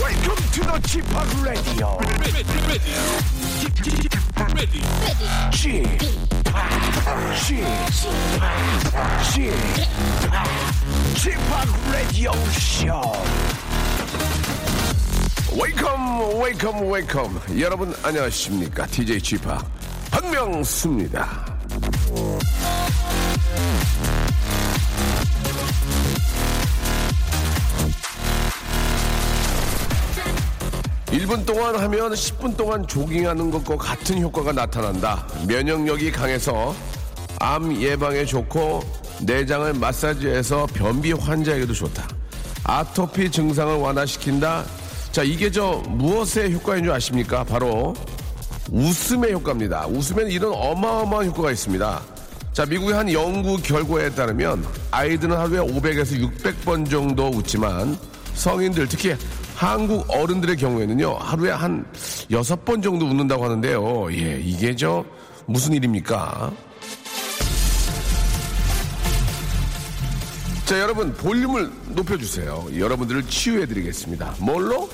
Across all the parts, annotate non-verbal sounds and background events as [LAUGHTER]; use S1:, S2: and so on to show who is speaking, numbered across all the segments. S1: Welcome to the g p Radio. g p g p Radio Show. Welcome, welcome, welcome. 여러분 안녕하십니까? DJ g p 박명수입니다. 일 분 동안 하면 10분 동안 조깅하는 것과 같은 효과가 나타난다. 면역력이 강해서 암 예방에 좋고 내장을 마사지해서 변비 환자에게도 좋다. 아토피 증상을 완화시킨다. 자, 이게 저 무엇의 효과인 줄 아십니까? 바로 웃음의 효과입니다. 웃으면 이런 어마어마한 효과가 있습니다. 자, 미국의 한 연구 결과에 따르면 아이들은 하루에 500에서 600번 정도 웃지만 성인들, 특히 한국 어른들의 경우에는요, 하루에 한 6번 정도 웃는다고 하는데요. 예, 이게 저 무슨 일입니까? 자, 여러분, 볼륨을 높여주세요. 여러분들을 치유해드리겠습니다. 뭘로?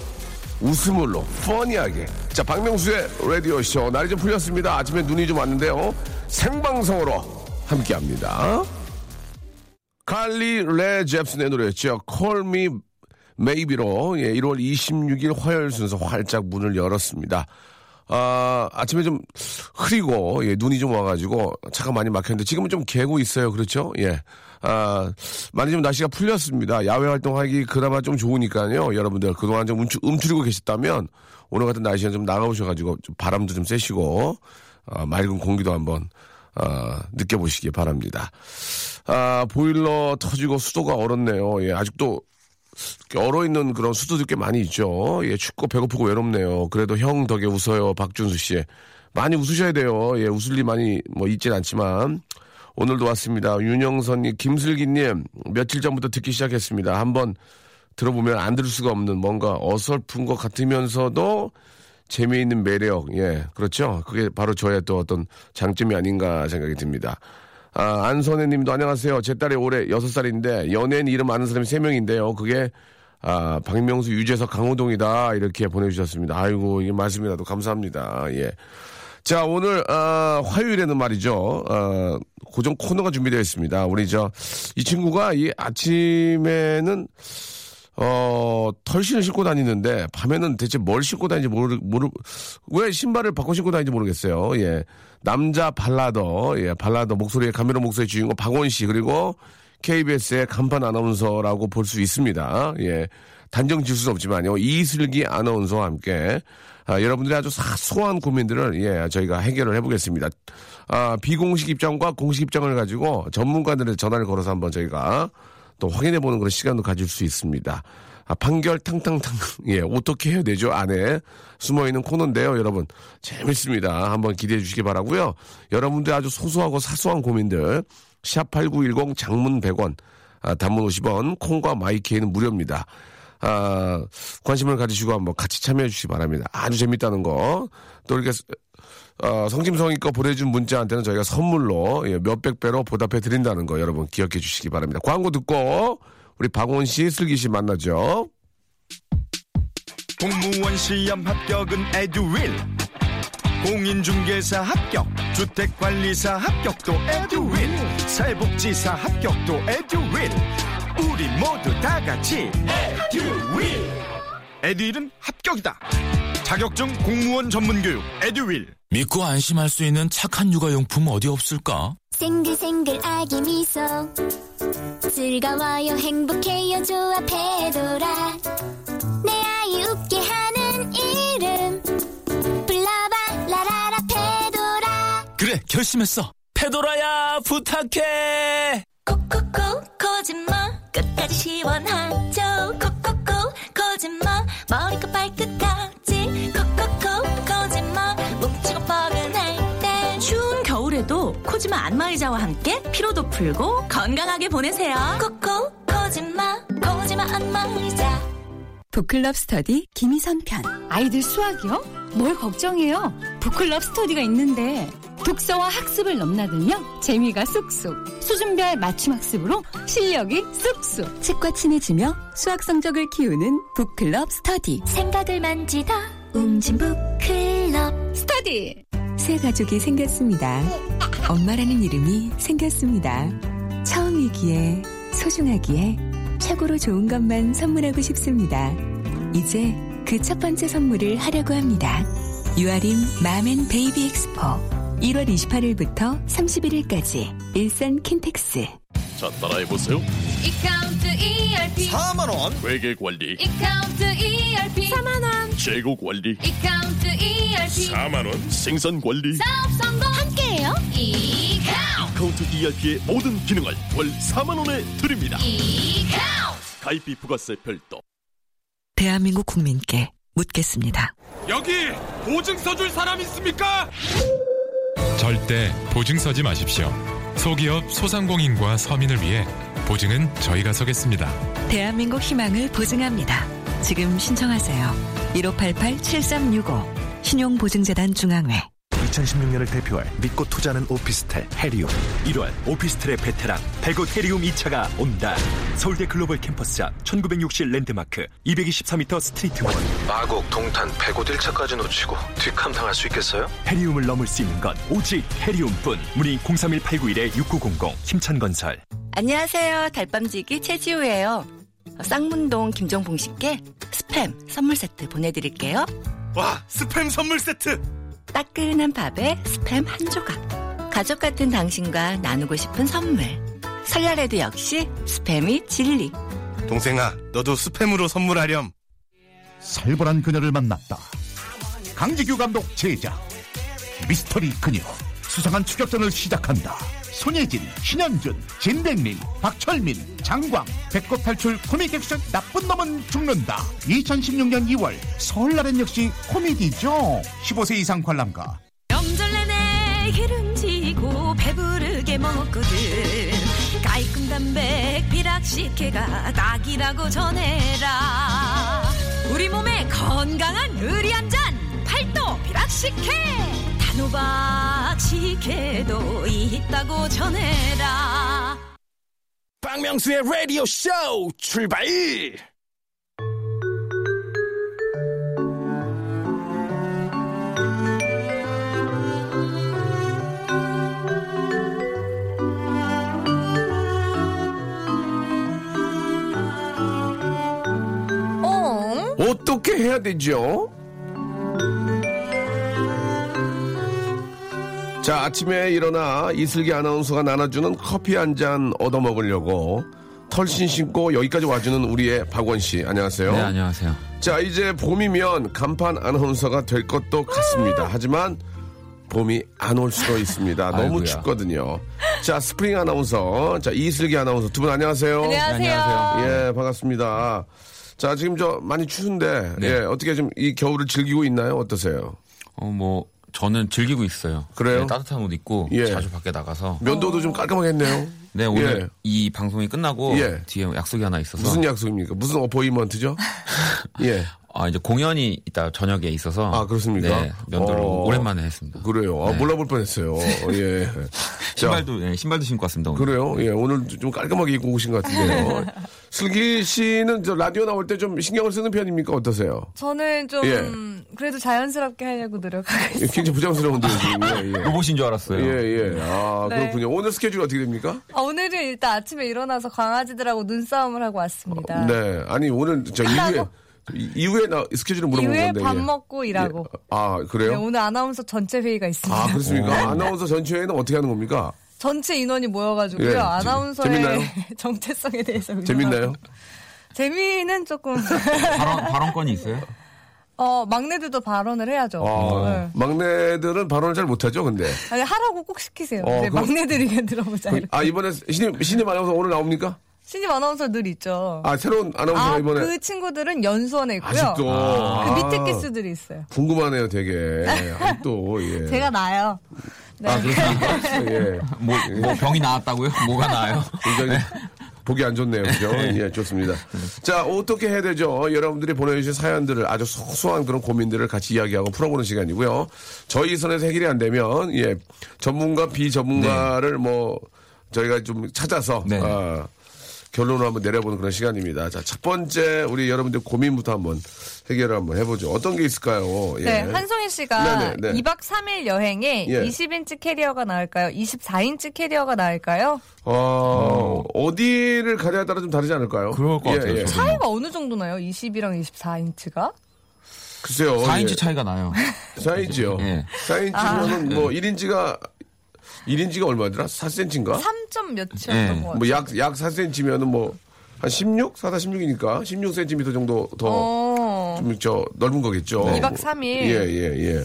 S1: 웃음으로, 퍼니하게. 자, 박명수의 라디오쇼. 날이 좀 풀렸습니다. 아침에 눈이 좀 왔는데요. 생방송으로 함께 합니다. 칼리 레 잽슨의 노래였죠. Call Me Maybe로 예, 1월 26일 화요일 순서 활짝 문을 열었습니다. 아, 아침에 좀 흐리고 예, 눈이 좀 와가지고 차가 많이 막혔는데 지금은 좀 개고 있어요. 그렇죠? 예. 아, 많이 좀 날씨가 풀렸습니다. 야외 활동하기 그나마 좀 좋으니까요. 여러분들 그동안 좀 움츠, 움츠리고 계셨다면 오늘 같은 날씨에 좀 나가보셔가지고 좀 바람도 좀 쐬시고 아, 맑은 공기도 한번 아, 느껴보시기 바랍니다. 아, 보일러 터지고 수도가 얼었네요. 예, 아직도 얼어 있는 그런 수도들 꽤 많이 있죠. 예, 춥고 배고프고 외롭네요. 그래도 형 덕에 웃어요. 박준수 씨. 많이 웃으셔야 돼요. 예, 웃을 일 많이 뭐 있진 않지만. 오늘도 왔습니다. 윤영선님, 김슬기님, 며칠 전부터 듣기 시작했습니다. 한번 들어보면 안 들을 수가 없는 뭔가 어설픈 것 같으면서도 재미있는 매력. 예, 그렇죠. 그게 바로 저의 또 어떤 장점이 아닌가 생각이 듭니다. 아, 안선혜 님도 안녕하세요. 제 딸이 올해 6살인데 연예인 이름 아는 사람이 3명인데요. 그게 아, 박명수 유재석 강호동이다. 이렇게 보내주셨습니다. 아이고, 이 말씀이라도 감사합니다. 예. 자, 오늘, 아, 화요일에는 말이죠. 아, 고정 코너가 준비되어 있습니다. 우리 저, 이 친구가 이 아침에는 어, 털신을 신고 다니는데, 밤에는 대체 뭘 신고 다니는지 모르, 모르, 왜 신발을 바꿔 신고 다니는지 모르겠어요. 예. 남자 발라더, 예, 발라더 목소리의 카메라 목소리의 주인공 박원 씨, 그리고 KBS의 간판 아나운서라고 볼 수 있습니다. 예. 단정 지을 수는 없지만요. 이슬기 아나운서와 함께, 아, 여러분들의 아주 사소한 고민들을, 예, 저희가 해결을 해보겠습니다. 아, 비공식 입장과 공식 입장을 가지고 전문가들의 전화를 걸어서 한번 저희가 또 확인해보는 그런 시간도 가질 수 있습니다. 아, 판결 탕탕탕, [LAUGHS] 예, 어떻게 해야 되죠? 안에 숨어있는 코너인데요, 여러분. 재밌습니다. 한번 기대해 주시기 바라고요 여러분들 아주 소소하고 사소한 고민들, 샵8910 장문 100원, 아, 단문 50원, 콩과 마이케이는 무료입니다. 아, 관심을 가지시고 한번 같이 참여해 주시기 바랍니다. 아주 재밌다는 거. 또 이렇게 어, 성심성의껏 보내준 문자한테는 저희가 선물로 예, 몇백 배로 보답해 드린다는 거 여러분 기억해 주시기 바랍니다. 광고 듣고 우리 박원 씨, 슬기 씨 만나죠.
S2: 공무원 시험 합격은 에듀윌 공인중개사 합격 주택관리사 합격도 에듀윌 사회복지사 합격도 에듀윌 우리 모두 다 같이 에듀윌 에듀윌은 합격이다 자격증 공무원 전문교육 에듀윌
S3: 믿고 안심할 수 있는 착한 육아용품 어디 없을까?
S4: 생글생글 아기 미소 즐거워요 행복해요 좋아 배돌아 내 아이 웃게 하는 이름 불러봐 라라라 배돌아
S3: 그래 결심했어 페도라야 부탁해
S4: 코코코 거짓말
S5: 꼬마 안마의자와 함께 피로도 풀고 건강하게 보내세요. 코코 거짓마 거짓마 안마의자.
S6: 북클럽 스터디 김희선 편 아이들 수학이요? 뭘 걱정해요? 북클럽 스터디가 있는데 독서와 학습을 넘나들며 재미가 쑥쑥 수준별 맞춤 학습으로 실력이 쑥쑥 책과 친해지며 수학 성적을 키우는 북클럽 스터디
S4: 생각을 만지다 웅진북 클럽
S6: 스터디
S7: 새 가족이 생겼습니다. 엄마라는 이름이 생겼습니다. 처음이기에 소중하기에 최고로 좋은 것만 선물하고 싶습니다. 이제 그 첫 번째 선물을 하려고 합니다. 유아림 맘앤 베이비 엑스포 1월 28일부터 31일까지 일산 킨텍스
S8: 자 따라해보세요
S4: 이카운트 ERP
S2: 4만원
S8: 회계관리
S4: 이카운트 ERP 4만원
S8: 재고관리
S4: 이카운트 ERP
S8: 4만원 생산관리
S4: 사업 성공 함께해요 이카운트
S8: 카운트 ERP의 모든 기능을 월 4만원에 드립니다
S4: 이카운트
S8: 가입비 부가세 별도
S7: 대한민국 국민께 묻겠습니다.
S9: 여기 보증서 줄 사람 있습니까?
S10: 절대 보증 서지 마십시오. 소기업 소상공인과 서민을 위해 보증은 저희가 서겠습니다.
S7: 대한민국 희망을 보증합니다. 지금 신청하세요. 1588-7365 신용보증재단 중앙회
S2: 2016년을 대표할 믿고 투자하는 오피스텔 해리움
S10: 1월 오피스텔의 베테랑 백옷 헤리움 2차가 온다. 서울대 글로벌 캠퍼스 앞 1960 랜드마크 224m 스트리트원
S2: 마곡 동탄 105 1차까지 놓치고 뒷감당할 수 있겠어요?
S10: 헤리움을 넘을 수 있는 건 오직 헤리움뿐. 문의 031-891-6900 힘찬건설.
S5: 안녕하세요. 달밤지기 최지우예요. 쌍문동 김정봉 씨께 스팸 선물 세트 보내드릴게요.
S9: 와 스팸 선물 세트
S5: 따끈한 밥에 스팸 한 조각. 가족 같은 당신과 나누고 싶은 선물. 설날에도 역시 스팸이 진리.
S9: 동생아 너도 스팸으로 선물하렴
S2: 살벌한 그녀를 만났다. 강지규 감독 제작 미스터리 그녀 수상한 추격전을 시작한다. 손예진, 신현준, 진백민, 박철민, 장광, 배꼽 탈출 코믹 액션 나쁜 놈은 죽는다. 2016년 2월 설날엔 역시 코미디죠. 15세 이상 관람가
S5: 명절 내내 기름지고 배부르게 먹거든 깔끔 단백 비락식혜가 딱이라고 전해라 우리 몸에 건강한 의리 한잔 팔도 비락식혜 단호박 식혜도 있다고 전해라
S2: 박명수의 라디오 쇼 출발!
S1: 어떻게 해야 되죠? 자, 아침에 일어나 이슬기 아나운서가 나눠주는 커피 한 잔 얻어먹으려고 털신 신고 여기까지 와주는 우리의 박원 씨. 안녕하세요.
S9: 네 안녕하세요
S1: 자, 이제 봄이면 간판 아나운서가 될 것도 같습니다. 하지만 봄이 안 올 수도 있습니다. 너무
S9: 아이고야.
S1: 춥거든요. 자, 스프링 아나운서. 자, 이슬기 아나운서 두 분 네, 안녕하세요.
S9: 안녕하세요
S1: 예, 반갑습니다. 자, 지금 저 많이 추운데,
S9: 네.
S1: 예, 어떻게 좀 이 겨울을 즐기고 있나요? 어떠세요?
S9: 어뭐 저는 즐기고 있어요
S1: 그래요?
S9: 네, 따뜻한 옷 입고
S1: 예.
S9: 자주 밖에 나가서
S1: 면도도 좀 깔끔하겠네요.
S9: 네 오늘
S1: 예.
S9: 이 방송이 끝나고
S1: 예.
S9: 뒤에 약속이 하나 있어서
S1: 무슨 약속입니까? 무슨 어포이먼트죠? 예.
S9: 아 이제 공연이 이따 저녁에 있어서
S1: 아, 그렇습니까?
S9: 네, 면도를
S1: 어.
S9: 오랜만에 했습니다.
S1: 그래요. 아,
S9: 네.
S1: 몰라볼 뻔 했어요.
S9: [LAUGHS]
S1: 예. 자,
S9: 신발도 네, 신발도 신고 왔습니다. 오늘.
S1: 그래요. 예, 오늘 좀 깔끔하게 입고 오신 것
S5: [LAUGHS]
S1: 같은데요. 슬기 씨는 저 라디오 나올 때 좀 신경을 쓰는 편입니까? 어떠세요?
S5: 저는 좀
S1: 예.
S5: 그래도 자연스럽게 하려고 노력하고
S1: 예, 굉장히 부담스러운데요, 지금. 예, 예.
S9: 로봇인 줄 알았어요.
S1: 예, 예. 아,
S5: 네.
S1: 그렇군요. 오늘 스케줄 어떻게 됩니까?
S5: 아, 오늘은 일단 아침에 일어나서 강아지들하고 눈싸움을 하고 왔습니다.
S1: 네. 아니, 오늘 저 이후에, 이- 이후에 나 스케줄을 물어본
S5: 이후에
S1: 건데.
S5: 밥
S1: 예.
S5: 먹고 일하고.
S1: 아, 그래요?
S5: 네, 오늘 네. 아나운서 전체 회의가 있습니다.
S1: 아, 그렇습니까? 아나운서 전체회는 어떻게 하는 겁니까?
S5: 전체 인원이 모여가지고요.
S1: 예, 재밌나요?
S5: 아나운서의 [LAUGHS] 정체성에 대해서 의논하고.
S1: 재밌나요?
S5: 재미는 조금 [LAUGHS]
S9: 발언 발언권이 있어요?
S5: 어 막내들도 발언을 해야죠. 네.
S1: 아, 막내들은 발언을 잘 못하죠, 근데.
S5: 아니, 하라고 꼭 시키세요.
S1: 어,
S5: 이제
S1: 그럼-
S5: 막내들에게 들어보자. 이렇게.
S1: 아, 이번에 신입, 신입 아나운서 오늘 나옵니까?
S5: 신입 아나운서 늘 있죠.
S1: 아, 새로운 아나운서가
S5: 아,
S1: 이번에.
S5: 그 친구들은 연수원에 있고요.
S1: 아직도.
S5: 그 밑에 기수들이 있어요. [LAUGHS]
S1: 궁금하네요, 되게. 아직도, 예.
S5: 제가 나요. 네.
S1: 아, 그렇습니까? 예.
S9: 뭐, 뭐 병이 나았다고요? 뭐가 나아요?
S1: 굉장히 보기 안 좋네요. 그죠? 예, 좋습니다. 자, 어떻게 해야 되죠? 여러분들이 보내주신 사연들을 아주 소소한 그런 고민들을 같이 이야기하고 풀어보는 시간이고요. 저희 선에서 해결이 안 되면, 예, 전문가, 비전문가를 뭐, 저희가 좀 찾아서,
S9: 네.
S1: 아, 결론을 한번 내려보는 그런 시간입니다. 자, 첫 번째, 우리 여러분들 고민부터 한번 해결을 한번 해보죠. 어떤 게 있을까요? 예.
S5: 네, 한송희 씨가
S1: 네네, 네.
S5: 2박 3일 여행에
S1: 예.
S5: 20인치 캐리어가 나을까요? 24인치 캐리어가 나을까요?
S1: 어, 어디를 가냐에 따라 좀 다르지 않을까요? 예, 그럴 것
S9: 같아요, 저는.
S5: 차이가 어느 정도 나요? 20이랑 24인치가?
S1: 글쎄요.
S9: 4인치
S1: 예.
S9: 차이가 나요.
S1: 4인치요.
S9: 예.
S5: 아.
S1: 4인치면은
S9: 아.
S1: 뭐 1인치가 1인치가 얼마더라? 4cm인가?
S5: 3점 몇이었던 것 같아요.
S1: 어? 예. 뭐약약 4cm면은 뭐 한 16, 4다 16이니까 16cm 정도 더
S5: 어.
S1: 좀 저 넓은 거겠죠.
S5: 네. 2박 3일.
S1: 예, 예, 예.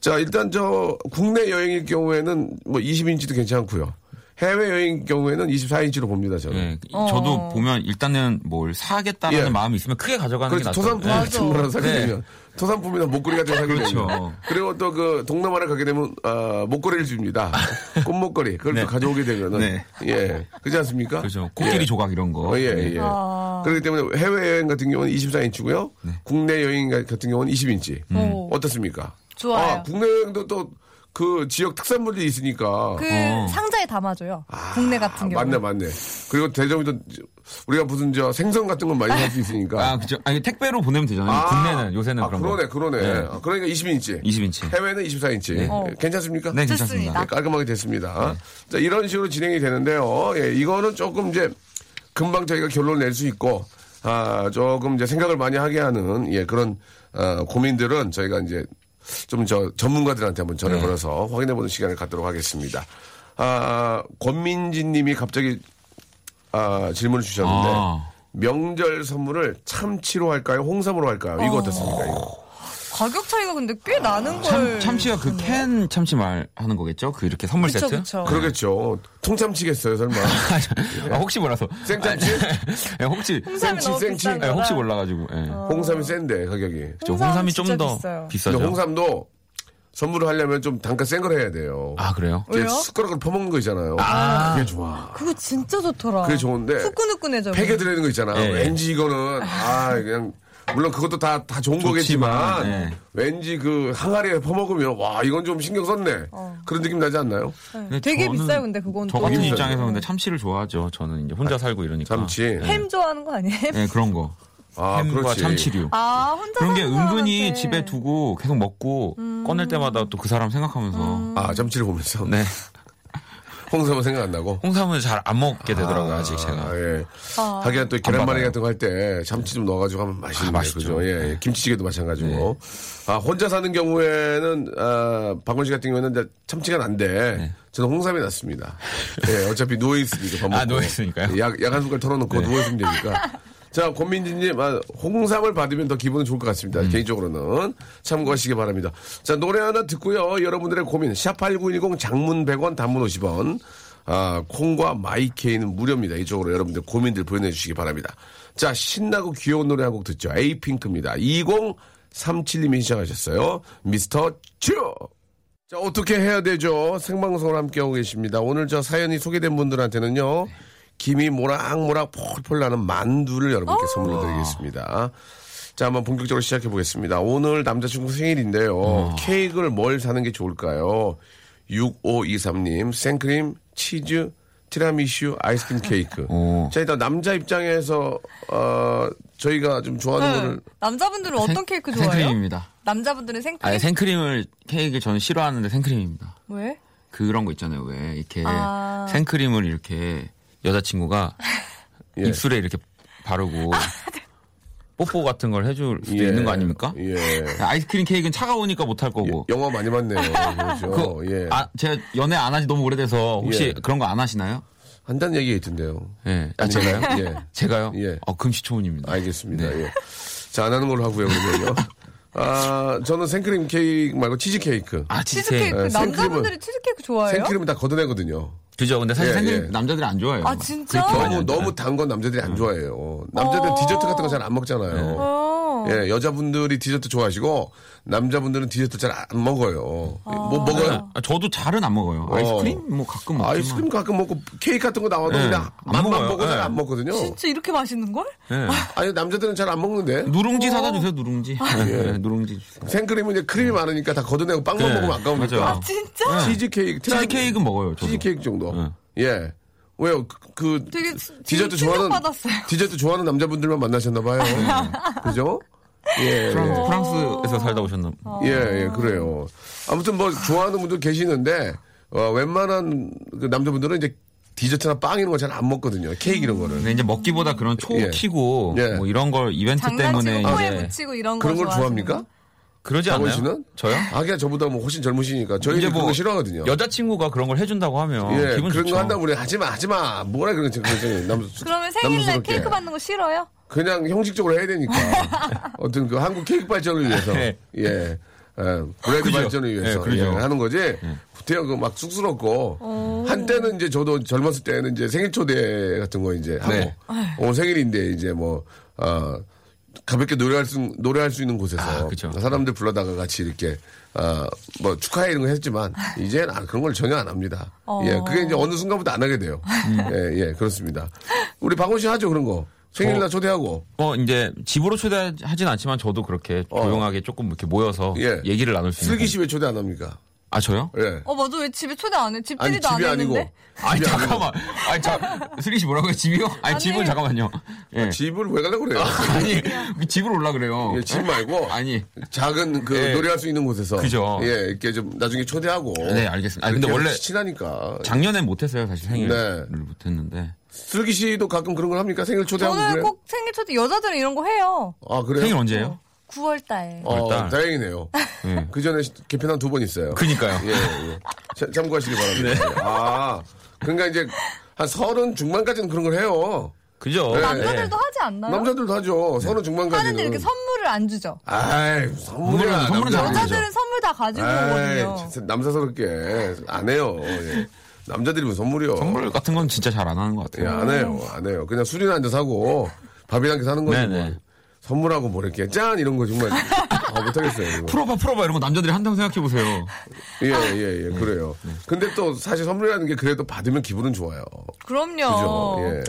S1: 자, 일단 저 국내 여행일 경우에는 뭐 20인치도 괜찮고요. 해외 여행 경우에는 24인치로 봅니다, 저는.
S9: 네, 예. 저도 보면 일단은 뭘 사겠다라는
S1: 예.
S9: 마음이 있으면 크게 가져가는 게
S1: 그렇죠.
S9: 낫죠. 예. 네.
S1: 토산품 같은 거라도 사게 되면. 토산품이나 목걸이 같은 거 사게
S9: 그렇죠.
S1: 되면. 그리고 또 그 동남아를 가게 되면, 아, 목걸이를
S9: [LAUGHS]
S1: 줍니다. 꽃목걸이. 그걸 또 가져오게 되면은.
S9: 네.
S1: 예. 그렇지 않습니까? 그렇죠.
S9: 코끼리 조각 이런 거.
S1: 어, 예, 예.
S9: 아.
S1: 그렇기 때문에 해외여행 같은 경우는 24인치고요.
S9: 네.
S1: 국내 여행 같은 경우는 20인치.
S9: 음.
S5: 오.
S1: 음. 어떻습니까?
S5: 좋아요.
S1: 아, 국내 여행도 또 그 지역 특산물이 있으니까.
S5: 그 상자에 담아줘요. 국내 같은 경우.
S1: 어. 맞네, 맞네. 그리고 대전이도 우리가 무슨 저 생선 같은 건 많이 살 수 있으니까.
S9: 아, 그죠. 아니, 택배로 보내면 되잖아요.
S1: 아.
S9: 국내는, 요새는
S1: 아,
S9: 그런
S1: 그러네,
S9: 거.
S1: 그러네.
S9: 예.
S1: 아, 그러니까 20인치.
S9: 20인치.
S1: 해외는 24인치. 예,
S9: 네. 어.
S1: 괜찮습니까?
S9: 네, 괜찮습니다. 좋습니다. 네.
S1: 깔끔하게 됐습니다. 자, 이런 식으로 진행이 되는데요. 예, 이거는 조금 이제 금방 저희가 결론 낼 수 있고, 아, 조금 이제 생각을 많이 하게 하는, 예, 그런, 어, 고민들은 저희가 이제 좀 저 전문가들한테 한번
S9: 네.
S1: 전해 걸어서 확인해 보는 시간을 갖도록 하겠습니다. 아, 권민진 님이 갑자기 아, 질문을 주셨는데
S9: 아.
S1: 명절 선물을 참치로 할까요? 홍삼으로 할까요? 이거
S5: 어.
S1: 어떻습니까? 이거?
S5: 가격 차이가 근데 꽤 나는 걸.
S9: 참, 참치가 그 캔 참치 말 하는 거겠죠? 그 이렇게 선물
S5: 그쵸,
S9: 세트?
S5: 그쵸.
S1: 그러겠죠. 통참치겠어요, 설마.
S9: 아, 혹시 몰라서.
S1: 생참치?
S9: 예, 혹시.
S1: 홍삼이 너무 비싼
S9: 예, 혹시
S1: 거라.
S9: 몰라가지고. 예.
S1: 홍삼이 센데 가격이.
S9: 그쵸, 홍삼이 홍삼이 좀 진짜 더 비싸요. 비싸죠.
S1: 근데 홍삼도 선물을 하려면 좀 단가 센 걸 해야 돼요. 아
S9: 그래요?
S5: 왜요?
S1: 숟가락을 퍼먹는 거 있잖아요. 그게 좋아.
S5: 그거 진짜 좋더라.
S1: 그게 좋은데
S5: 후끈후끈해져.
S1: 팩에 들어있는 거 있잖아.
S9: 예, 예.
S1: 왠지 이거는 아 그냥 물론 그것도 다 다 좋은
S9: 좋지만,
S1: 거겠지만
S9: 예.
S1: 왠지 그 항아리에 퍼먹으면 와 이건 좀 신경 썼네.
S5: 어.
S1: 그런 느낌 나지 않나요?
S9: 근데
S5: 되게
S9: 저는-
S5: 비싸요, 근데 그건
S9: 저
S5: 또.
S9: 같은
S1: 너무
S9: 입장에서 근데 참치를 좋아하죠. 저는 이제 혼자 살고 이러니까. 참치.
S5: 햄 좋아하는 거 아니에요? 햄?
S9: 예, 그런 거. 햄과
S1: 아, 그렇지.
S9: 참치류.
S5: 아, 혼자
S9: 그런 게
S5: 사는
S9: 은근히
S5: 사람한테. 음.
S9: 집에 두고 계속 먹고 꺼낼 때마다 또 그 사람 생각하면서
S1: 아 참치를 보면서
S9: 네
S1: 홍삼은 생각 안 나고
S9: 홍삼은 잘 안 먹게 되더라고요 아직 제가
S1: 예.
S5: 아.
S1: 하긴 또 계란말이
S9: 받아요.
S1: 같은 거 할 때 참치 좀 넣어가지고 하면 맛있는데
S9: 아, 맛있죠. 네.
S1: 그죠? 예, 예. 김치찌개도 마찬가지고. 아 혼자 사는 경우에는 아, 박원 씨 같은 경우에는 이제 참치가 난데
S9: 네.
S1: 저는 홍삼이 낫습니다. 예, 어차피 누워 있으니까 밥 먹고.
S9: 아, 누워있으니까요? 네.
S1: 약약한 숟갈 털어놓고 누워 있으면 되니까. 자, 권민진님, 아, 홍삼을 받으면 더 기분은 좋을 것 같습니다.
S9: 음.
S1: 개인적으로는. 참고하시기 바랍니다. 자, 노래 하나 듣고요. 여러분들의 고민. 샵8910 장문 100원, 단문 50원. 아, 콩과 마이케이는 무료입니다. 이쪽으로 여러분들 고민들 보내주시기 바랍니다. 자, 신나고 귀여운 노래 한 곡 듣죠. 에이핑크입니다. 2037님이 신청하셨어요. 미스터 츄! 자, 어떻게 해야 되죠? 생방송을 함께하고 계십니다. 오늘 저 사연이 소개된 분들한테는요, 김이 모락모락 폴폴 나는 만두를 여러분께 선물로 드리겠습니다. 자, 한번 본격적으로 시작해 보겠습니다. 오늘 남자친구 생일인데요.
S9: 음.
S1: 케이크를 뭘 사는 게 좋을까요? 6523님, 생크림, 치즈, 티라미슈, 아이스크림 케이크.
S9: 어.
S1: 자, 일단 남자 입장에서, 어, 저희가 좀 좋아하는
S5: 네.
S1: 거를.
S5: 남자분들은 어떤 케이크 좋아해요?
S9: 생크림입니다
S5: 남자분들은 생크림?
S9: 아니 생크림을 케이크 저는 싫어하는데 생크림입니다
S5: 왜?
S9: 그런 거 있잖아요 왜 이렇게
S5: 아.
S9: 생크림을 이렇게
S1: [LAUGHS]
S9: 여자친구가
S1: 예.
S9: 입술에 이렇게 바르고
S5: 아, 네.
S9: 뽀뽀 같은 걸 해줄 수도
S1: 예.
S9: 있는 거 아닙니까?
S1: 예.
S9: 아이스크림 케이크는 차가우니까 못 할 거고
S1: 영화 많이 봤네요. 그렇죠.
S9: 그,
S1: 예.
S9: 아, 제가 연애 안 한지 너무 오래돼서 혹시
S1: 예.
S9: 그런 거 안 하시나요?
S1: 한다는 얘기가 있던데요.
S9: 예. 아, 제가요? 네.
S1: 예.
S9: 제가요?
S1: 예.
S9: 어, 금시초문입니다.
S1: 알겠습니다. 예. 자, 안 하는 걸로 하고요, 그러면요. 아, 저는 생크림 케이크 말고 치즈 케이크.
S9: 아,
S5: 치즈케이크. 남자분들이 치즈케이크 좋아해요?
S1: 생크림은 다 걷어내거든요.
S9: 그죠. 근데 사실
S1: 예,
S9: 생크림
S1: 예.
S9: 남자들이 안 좋아해요. 음.
S5: 아, 진짜?
S9: 그렇게 많이
S1: 너무
S9: 안
S1: 너무 단 건 남자들이 안 좋아해요. 남자들 은
S5: 어.
S1: 디저트 같은 거 잘 안 먹잖아요.
S5: 어. 어.
S1: 예, 여자분들이 디저트 좋아하시고 남자분들은 디저트 잘 안 먹어요. 뭐 먹어요?
S9: 아, 저도 잘은 안 먹어요. 아이스크림 뭐 가끔 먹지만.
S1: 아이스크림 가끔 먹고 케이크 같은 거 나와도
S9: 예,
S1: 그냥
S9: 안
S1: 맛만
S9: 먹어요.
S1: 보고 잘
S9: 예.
S1: 안 먹거든요.
S5: 진짜 이렇게 맛있는 걸?
S9: 예.
S1: 아니 남자들은 잘 안 먹는데.
S5: 어?
S9: 누룽지 사다 주세요, 누룽지.
S5: 아.
S9: 예, 누룽지 주세요.
S1: 생크림은 이제 크림이 많으니까 다 걷어내고 빵만
S9: 예,
S1: 먹으면 아까우니까.
S9: 맞아요. 아,
S5: 진짜?
S1: 치즈케이크.
S9: 치즈케이크는 먹어요, 저도. 네.
S1: 치즈케이크 정도. 예. 왜요? 그, 그
S5: 되게
S1: 디저트 좋아하는 [LAUGHS]
S5: 받았어요.
S1: 디저트 좋아하는 남자분들만 만나셨나
S5: [LAUGHS]
S1: 봐요. 그죠? 예.
S9: 네, 프랑스, 프랑스에서 살다 오셨나?
S1: 예, 예, 그래요. 아무튼 뭐 좋아하는 분들 계시는데 어, 웬만한 그 남자분들은 이제 디저트나 빵 이런 거 잘 안 먹거든요. 케이크 이런 거를.
S5: 음.
S9: 근데 이제 먹기보다 그런 초
S1: 예.
S9: 키고 뭐 이런 걸 이벤트 때문에
S5: 장난치고 코에
S9: 이제
S5: 붙이고 이런 거
S1: 그런 걸
S5: 좋아하시는
S1: 좋아합니까?
S9: 그러지
S1: 박원
S9: 않아요?
S1: 씨는?
S9: 저요? 뭐
S1: 아기야 저보다 뭐 훨씬 젊으시니까 저희는 그런 거 싫어하거든요.
S9: 여자친구가 그런 걸 해준다고 하면
S1: 예,
S9: 기분
S1: 그런
S9: 좋죠.
S1: 거 한다면 우리 하지마, 하지마. 뭐라 그런 거
S5: [LAUGHS]
S1: 남,
S5: 그러면 생일날
S1: 남성스럽게.
S5: 케이크 받는 거 싫어요?
S1: 그냥 형식적으로 해야
S9: [LAUGHS]
S1: 되니까. 어떤 그 한국 케이크 발전을 위해서.
S9: 네.
S1: 예. 예, 브레드
S9: 그죠.
S1: 발전을
S9: 예,
S1: 위해서
S9: 그러죠.
S1: 예, 하는 거지.
S9: 음.
S1: 구태여 그막 쑥스럽고
S5: 오.
S1: 한때는 이제 저도 젊었을 때는 이제 생일 초대 같은 거 이제 하고
S9: 네.
S1: 오늘 생일인데 이제 뭐 아, 가볍게 노래할 수 노래할 수 있는 곳에서
S9: 아,
S1: 사람들 불러다가 같이 이렇게 아, 뭐 축하해 이런 거 했지만 이제 그런 걸 전혀 안 합니다.
S5: 어.
S1: 예, 그게 이제 어느 순간부터 안 하게 돼요.
S9: 음.
S1: 예, 예, 그렇습니다. 우리 박원 씨 하죠 그런 거 생일날
S9: 어.
S1: 초대하고
S9: 뭐 이제 집으로 초대하진 않지만 저도 그렇게 조용하게 조금 이렇게 모여서
S1: 어. 예.
S9: 얘기를 나눌 수 있는.
S1: 슬기 씨왜 초대 안 합니까?
S9: 아 저요?
S1: 예.
S5: 어 맞아 왜 집에 초대 안 해?
S1: 아니
S5: 집들이도
S1: 집이
S5: 안
S1: 아니고
S5: 했는데.
S9: 아니
S1: 집이 아니고.
S9: 잠깐만. 아니 자 슬기 씨 뭐라고요? 집이요? 아니,
S5: 아니.
S9: 집은 잠깐만요. 예.
S1: 집을 왜 가려고 그래요?
S9: 아니 집으로 올라 그래요.
S1: 아, 네. 예, 집 말고
S9: 어. [LAUGHS] 아니
S1: 작은 그
S9: 예.
S1: 노래할 수 있는 곳에서
S9: 그죠.
S1: 예 이렇게 좀 나중에 초대하고
S9: 네, 알겠습니다. 아니, 근데
S1: 이렇게
S9: 원래
S1: 친하니까
S9: 네. 작년엔 못했어요 사실 생일을
S1: 네.
S9: 못했는데
S1: 슬기 씨도 가끔 그런 걸 합니까 생일 초대하고
S5: 저는
S1: 그래요?
S5: 꼭 생일 초대 여자들은 이런 거 해요.
S1: 아 그래요?
S9: 생일 언제예요?
S5: 9월 달에.
S1: 어,
S9: 일단.
S1: 다행이네요. 그 전에 개편한 두 번 있어요.
S9: 그니까요.
S1: 예,
S9: 네.
S1: 예. 참- 참고하시기 바랍니다. 아 그러니까 이제 한 서른 중반까지는 그런 걸 해요.
S9: 그죠?
S1: 네.
S5: 남자들도 하지 않나요?
S1: 남자들도 하죠. 서른 중반까지는.
S5: 하는데 어? 이렇게 선물을 안 주죠.
S1: 아이 선물은
S9: 선물은 잘안 안
S5: 여자들은 선물 다 가지고 오거든요.
S1: 진짜 남사스럽게 안 해요. 예. 남자들이면 선물이요.
S9: 선물 같은 건 진짜 잘 안 하는 것
S1: 예,
S9: 같아요.
S1: 안 해요,
S5: 네.
S1: 안 해요. 그냥 술이나 한잔 사고 밥이나 한개 사는 거지.
S9: 네네.
S1: 뭐. 선물하고 뭐 이렇게 짠 이런 거
S5: [LAUGHS]
S1: 정말 아, 못하겠어요. 이거.
S9: 풀어봐 풀어봐 이런 거 남자들이 한다고 생각해 보세요.
S1: 예, 예, 예,
S5: 네.
S1: 그래요. 근데 또 사실 선물이라는 게 그래도 받으면 기분은 좋아요.
S5: 그럼요.
S1: 그죠?
S5: 어.
S1: 예.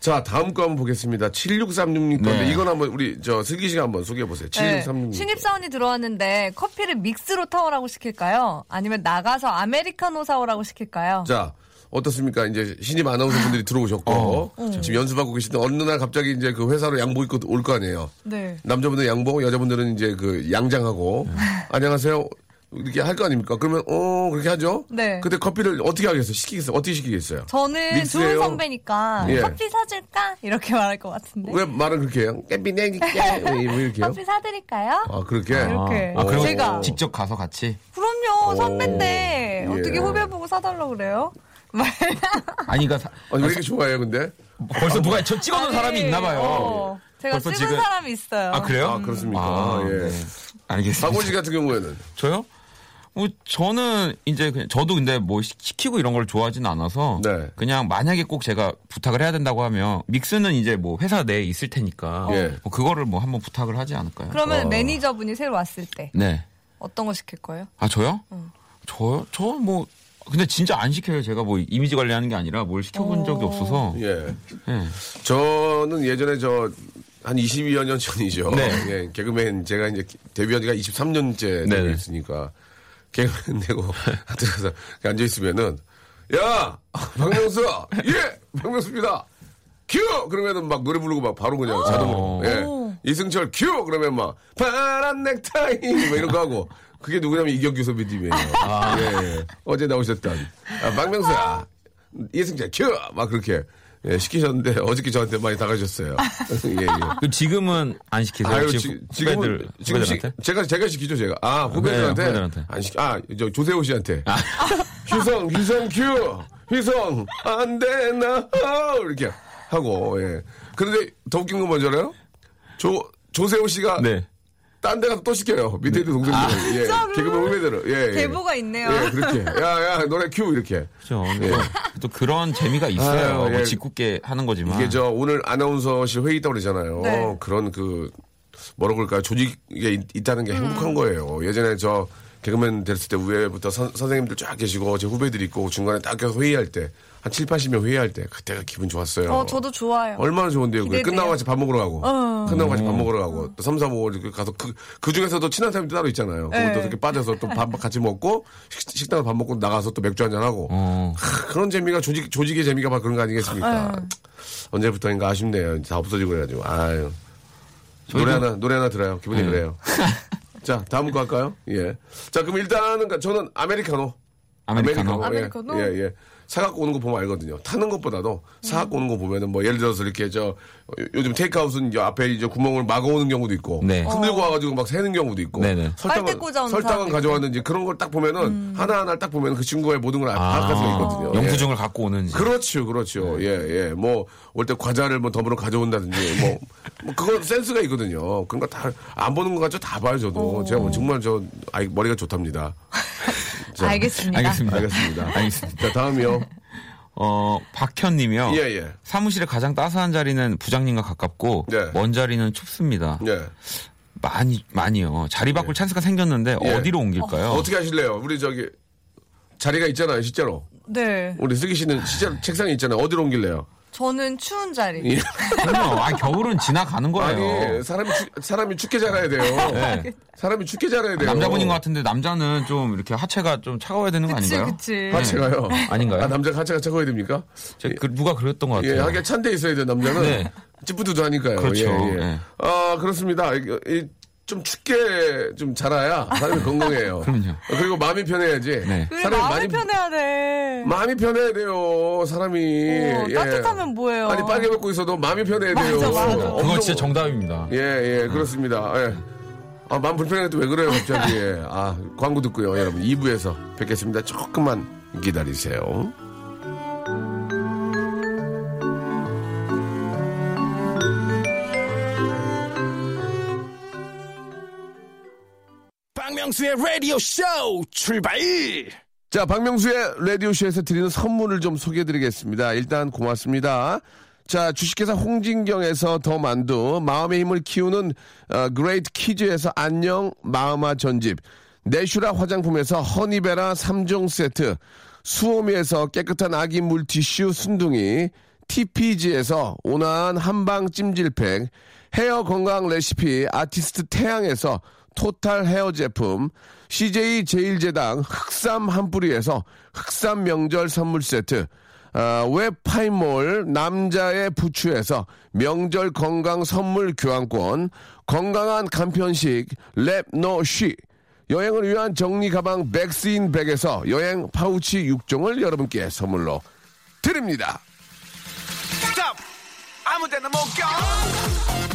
S1: 자, 다음 거 한번 보겠습니다. 7636님 건데
S9: 네.
S1: 이건 한번 우리 저 슬기 씨가 한번 소개해 보세요.
S5: 네,
S1: 7636님.
S5: 신입사원이 들어왔는데 커피를 믹스로 타오라고 시킬까요? 아니면 나가서 아메리카노 사오라고 시킬까요?
S1: 자, 어떻습니까? 이제 신입 아나운서분들이 들어오셨고 지금 연수받고 계시던 어느 날 갑자기 이제 그 회사로 양복 입고 올 거 아니에요.
S5: 네.
S1: 남자분들 양복, 여자분들은 이제 그 양장하고
S5: 음.
S1: 안녕하세요. 이렇게 할 거 아닙니까? 그러면 어 그렇게 하죠.
S5: 네.
S1: 근데 커피를 어떻게 하겠어요? 시키겠어요? 어떻게 시키겠어요?
S5: 저는
S1: 믹스예요?
S5: 좋은 선배니까
S1: 예.
S5: 커피 사줄까? 이렇게 말할 것 같은데.
S1: 왜 말은 그렇게 해요? 깨비 내니까 왜 이렇게요?
S5: 커피 사드릴까요?
S1: 아 어. 그렇게.
S5: 이렇게.
S9: 아, 그럼
S5: 제가.
S9: 직접 가서 같이.
S5: 그럼요, 선배인데
S1: 오, 예.
S5: 어떻게 후배 보고 사달라고 그래요? [LAUGHS]
S9: 아니 그
S1: 아니 왜 이렇게 좋아해요, 근데?
S9: 벌써 누가 저 찍어놓은
S5: 아니, 네.
S9: 사람이 있나 봐요.
S5: 어, 제가
S9: 벌써
S5: 찍은
S9: 지금-
S5: 사람이 있어요.
S9: 아 그래요?
S1: 아, 그렇습니까?
S9: 아,
S1: 예.
S9: 네. 알겠습니다.
S1: 박원 씨 같은 경우에는
S9: 저요? 뭐 저는 이제 그냥- 저도 근데 뭐 시- 시키고 이런 걸 좋아하진 않아서
S1: 네.
S9: 그냥 만약에 꼭 제가 부탁을 해야 된다고 하면 믹스는 이제 뭐 회사 내에 있을 테니까
S1: 예.
S9: 뭐 그거를 뭐 한번 부탁을 하지 않을까요?
S5: 그러면
S1: 어.
S5: 매니저분이 새로 왔을 때
S9: 네.
S5: 어떤 거 시킬 거예요?
S9: 아 저요? 저요? 저 뭐 근데 진짜 안 시켜요. 제가 뭐 이미지 관리하는 게 아니라 뭘 시켜본 적이 없어서.
S1: 예.
S9: 예.
S1: 저는 예전에 저, 한 22여 년 전이죠.
S9: 네.
S1: 예, 개그맨 제가 이제 데뷔한 지가 23년째
S9: 네.
S1: 되고 있으니까 개그맨 되고 [LAUGHS] 들어가서 앉아있으면은 야! 박명수! 예! 박명수입니다! 큐! 그러면은 막 노래 부르고 막 바로 그냥
S9: 어.
S1: 자동으로.
S5: 오.
S1: 예. 이승철 큐! 그러면 막 파란 넥타이! 뭐 이런 거 하고. 그게 누구냐면 이경규 선배님이에요.
S9: 아.
S1: 예, 예. 어제 나오셨던. 아, 박명수야. 이승철 큐! 막 그렇게. 예, 시키셨는데 [LAUGHS] 어저께 저한테 많이 당하셨어요. [LAUGHS] 예, 예.
S9: 그럼 지금은 안 시키세요?
S1: 아유, 지,
S9: 지금
S1: 지금은-
S9: 후배들
S1: 지금 시-
S9: 후배들한테?
S1: 제가 제가 시키죠 제가 아 후배들한테
S9: 네, 후배들한테.
S1: 안 시키 아저 조세호 씨한테 [LAUGHS] 휘성 휘성 큐 휘성 안돼나 어, 이렇게 하고 예 그런데 더 웃긴 건 뭔지 알아요 조 조세호 씨가
S9: 네. 아.
S1: 딴 데 가서 또 시켜요 밑에 있는 동생들 예
S5: 진짜로?
S1: 개그맨 후배들을 예, 예.
S5: 대보가 있네요.
S1: 예 그렇게 야야 노래 큐 이렇게
S9: 그렇죠. 또 그런 재미가 있어요.
S1: 예. 아유,
S9: 뭐
S1: 예.
S9: 짓궂게 하는 거지만.
S1: 이게 저 오늘 아나운서실 회의 있다고 그러잖아요.
S5: 네.
S1: 그런 그 뭐라 그럴까요? 조직에 있, 있다는 게
S5: 음.
S1: 행복한 거예요. 예전에 저 개그맨 됐을 때 위에부터 선, 선생님들 쫙 계시고 제 후배들이 있고 중간에 딱 껴서 회의할 때 한 7, 80명 회의할 때 그때가 기분 좋았어요.
S5: 어, 저도 좋아요.
S1: 얼마나 좋은데요. 그게.
S5: 기대돼요.
S1: 끝나고 같이 밥 먹으러 가고,
S5: 어.
S1: 끝나고 같이 밥 먹으러 가고, 또 3, 4, 5 이렇게 가서 그, 그 중에서도 친한 사람이 따로 있잖아요.
S5: 네.
S1: 그것도 이렇게 빠져서 또 밥 같이 먹고, 식- 식당에 밥 먹고 나가서 또 맥주 한잔하고. 하, 그런 재미가 조직, 조직의 재미가 막 그런 거 아니겠습니까?
S5: 응.
S1: 언제부터인가 아쉽네요. 이제 다 없어지고 그래가지고. 아유. 노래 하나, 노래 하나 들어요. 기분이 그래요. 자, 다음 거 할까요? 예. 자, 그럼 일단은 가- 저는 아메리카노.
S9: 아메리카노.
S1: 예,
S9: 아메리카노?
S1: 예, 예. 사갖고 오는 거 보면 알거든요. 타는 것보다도 사갖고 오는 거 보면은 뭐 예를 들어서 이렇게 저 요즘 테이크아웃은 이제 앞에 이제 구멍을 막아오는 경우도 있고
S9: 네.
S1: 흔들고 와가지고 막 새는 경우도 있고
S9: 네네.
S5: 빨대 꽂아오는
S1: 설탕은
S5: 사람도 음.
S1: 가져왔는지 그런 걸 딱 보면은 하나하나를 딱 보면 그 친구의 모든 걸 알- 알아갈 수가 있거든요.
S9: 영수증을
S1: 예.
S9: 갖고 오는지.
S1: 그렇죠, 그렇죠.
S9: 네.
S1: 예, 예. 뭐, 올 때 과자를 뭐 덤으로 가져온다든지, 뭐, 뭐 그건 센스가 있거든요. 그런 거 다, 안 보는 것 같죠? 다 봐요, 저도. 제가
S5: 어.
S1: 뭐 정말 저, 아이, 머리가 좋답니다.
S5: 알겠습니다.
S9: 알겠습니다.
S1: 알겠습니다.
S9: [LAUGHS] 알겠습니다.
S1: 자, 다음이요.
S9: 어, 박현님이요.
S1: 예, 예.
S9: 사무실의 가장 따스한 자리는 부장님과 가깝고,
S1: 네.
S9: 먼 자리는 춥습니다.
S1: 예.
S9: 많이, 많이요. 자리 바꿀 찬스가 생겼는데,
S1: 예.
S9: 어디로 옮길까요?
S1: 어떻게 하실래요? 우리 저기, 자리가 있잖아요, 실제로.
S5: 네.
S1: 우리 쓰기 씨는 실제로
S9: [LAUGHS]
S1: 책상이 있잖아요. 어디로 옮길래요?
S5: 저는 추운 자리.
S1: 예. [LAUGHS]
S9: 그럼요. 아, 겨울은 지나가는 거예요.
S1: 아니, 사람이, 추, 사람이 춥게 자라야 돼요.
S9: 어. 네.
S1: 사람이 춥게 자라야 돼요.
S9: 남자분인 것 같은데 남자는 좀 이렇게 하체가 좀 차가워야 되는 거
S1: 그치,
S9: 아닌가요? 네.
S1: 그치. 하체가요?
S9: 아닌가요?
S1: 아, 남자가 하체가 차가워야 됩니까?
S9: 그, 누가 그랬던 것 같아요.
S1: 예, 하게 찬데 있어야 돼요, 남자는.
S9: 네.
S1: 찌뿌드도 하니까요.
S9: 그렇죠.
S1: 예, 예.
S9: 예.
S1: 아, 그렇습니다. 이- 이- 좀 춥게 좀 자라야
S9: [LAUGHS]
S1: 사람이 건강해요.
S9: 그럼요. 네.
S1: 리고 마음이 편해야지.
S5: 왜 마음이 편해야 돼?
S1: 마음이 편해야 돼요, 사람이.
S5: 어,
S1: 예.
S5: 따뜻하면 뭐예요?
S1: 아니, 빨개 벗고 있어도 마음이 편해야 돼요. 어.
S5: 맞아, 맞아.
S9: 그거 진짜 정답입니다.
S1: 예, 예, 그렇습니다. 예. 아, 마음 불편해도 왜 그래요, 갑자기. 예. 아, 광고 듣고요, 여러분. 2부에서 뵙겠습니다. 조금만 기다리세요.
S11: 박명수의 라디오 쇼 출발!
S1: 자, 박명수의 라디오쇼에서 드리는 선물을 좀 소개해드리겠습니다. 일단 고맙습니다. 자, 주식회사 홍진경에서 더 만두, 마음의 힘을 키우는 어, 그레이트 키즈에서 안녕 마음아 전집, 내슈라 화장품에서 허니베라 3종 세트, 수오미에서 깨끗한 아기 물티슈 순둥이, TPG에서 온화한 한방 찜질팩, 헤어 건강 레시피 아티스트 태양에서 토탈 헤어 제품, CJ 제일제당 흑삼 한 뿌리에서 흑삼 명절 선물 세트, 아, 웹파이몰 남자의 부추에서 명절 건강 선물 교환권, 건강한 간편식 랩노쉬, 여행을 위한 정리 가방 백스인 백에서 여행 파우치 6종을 여러분께 선물로 드립니다.
S11: 스탑! 아무 데나 못 가!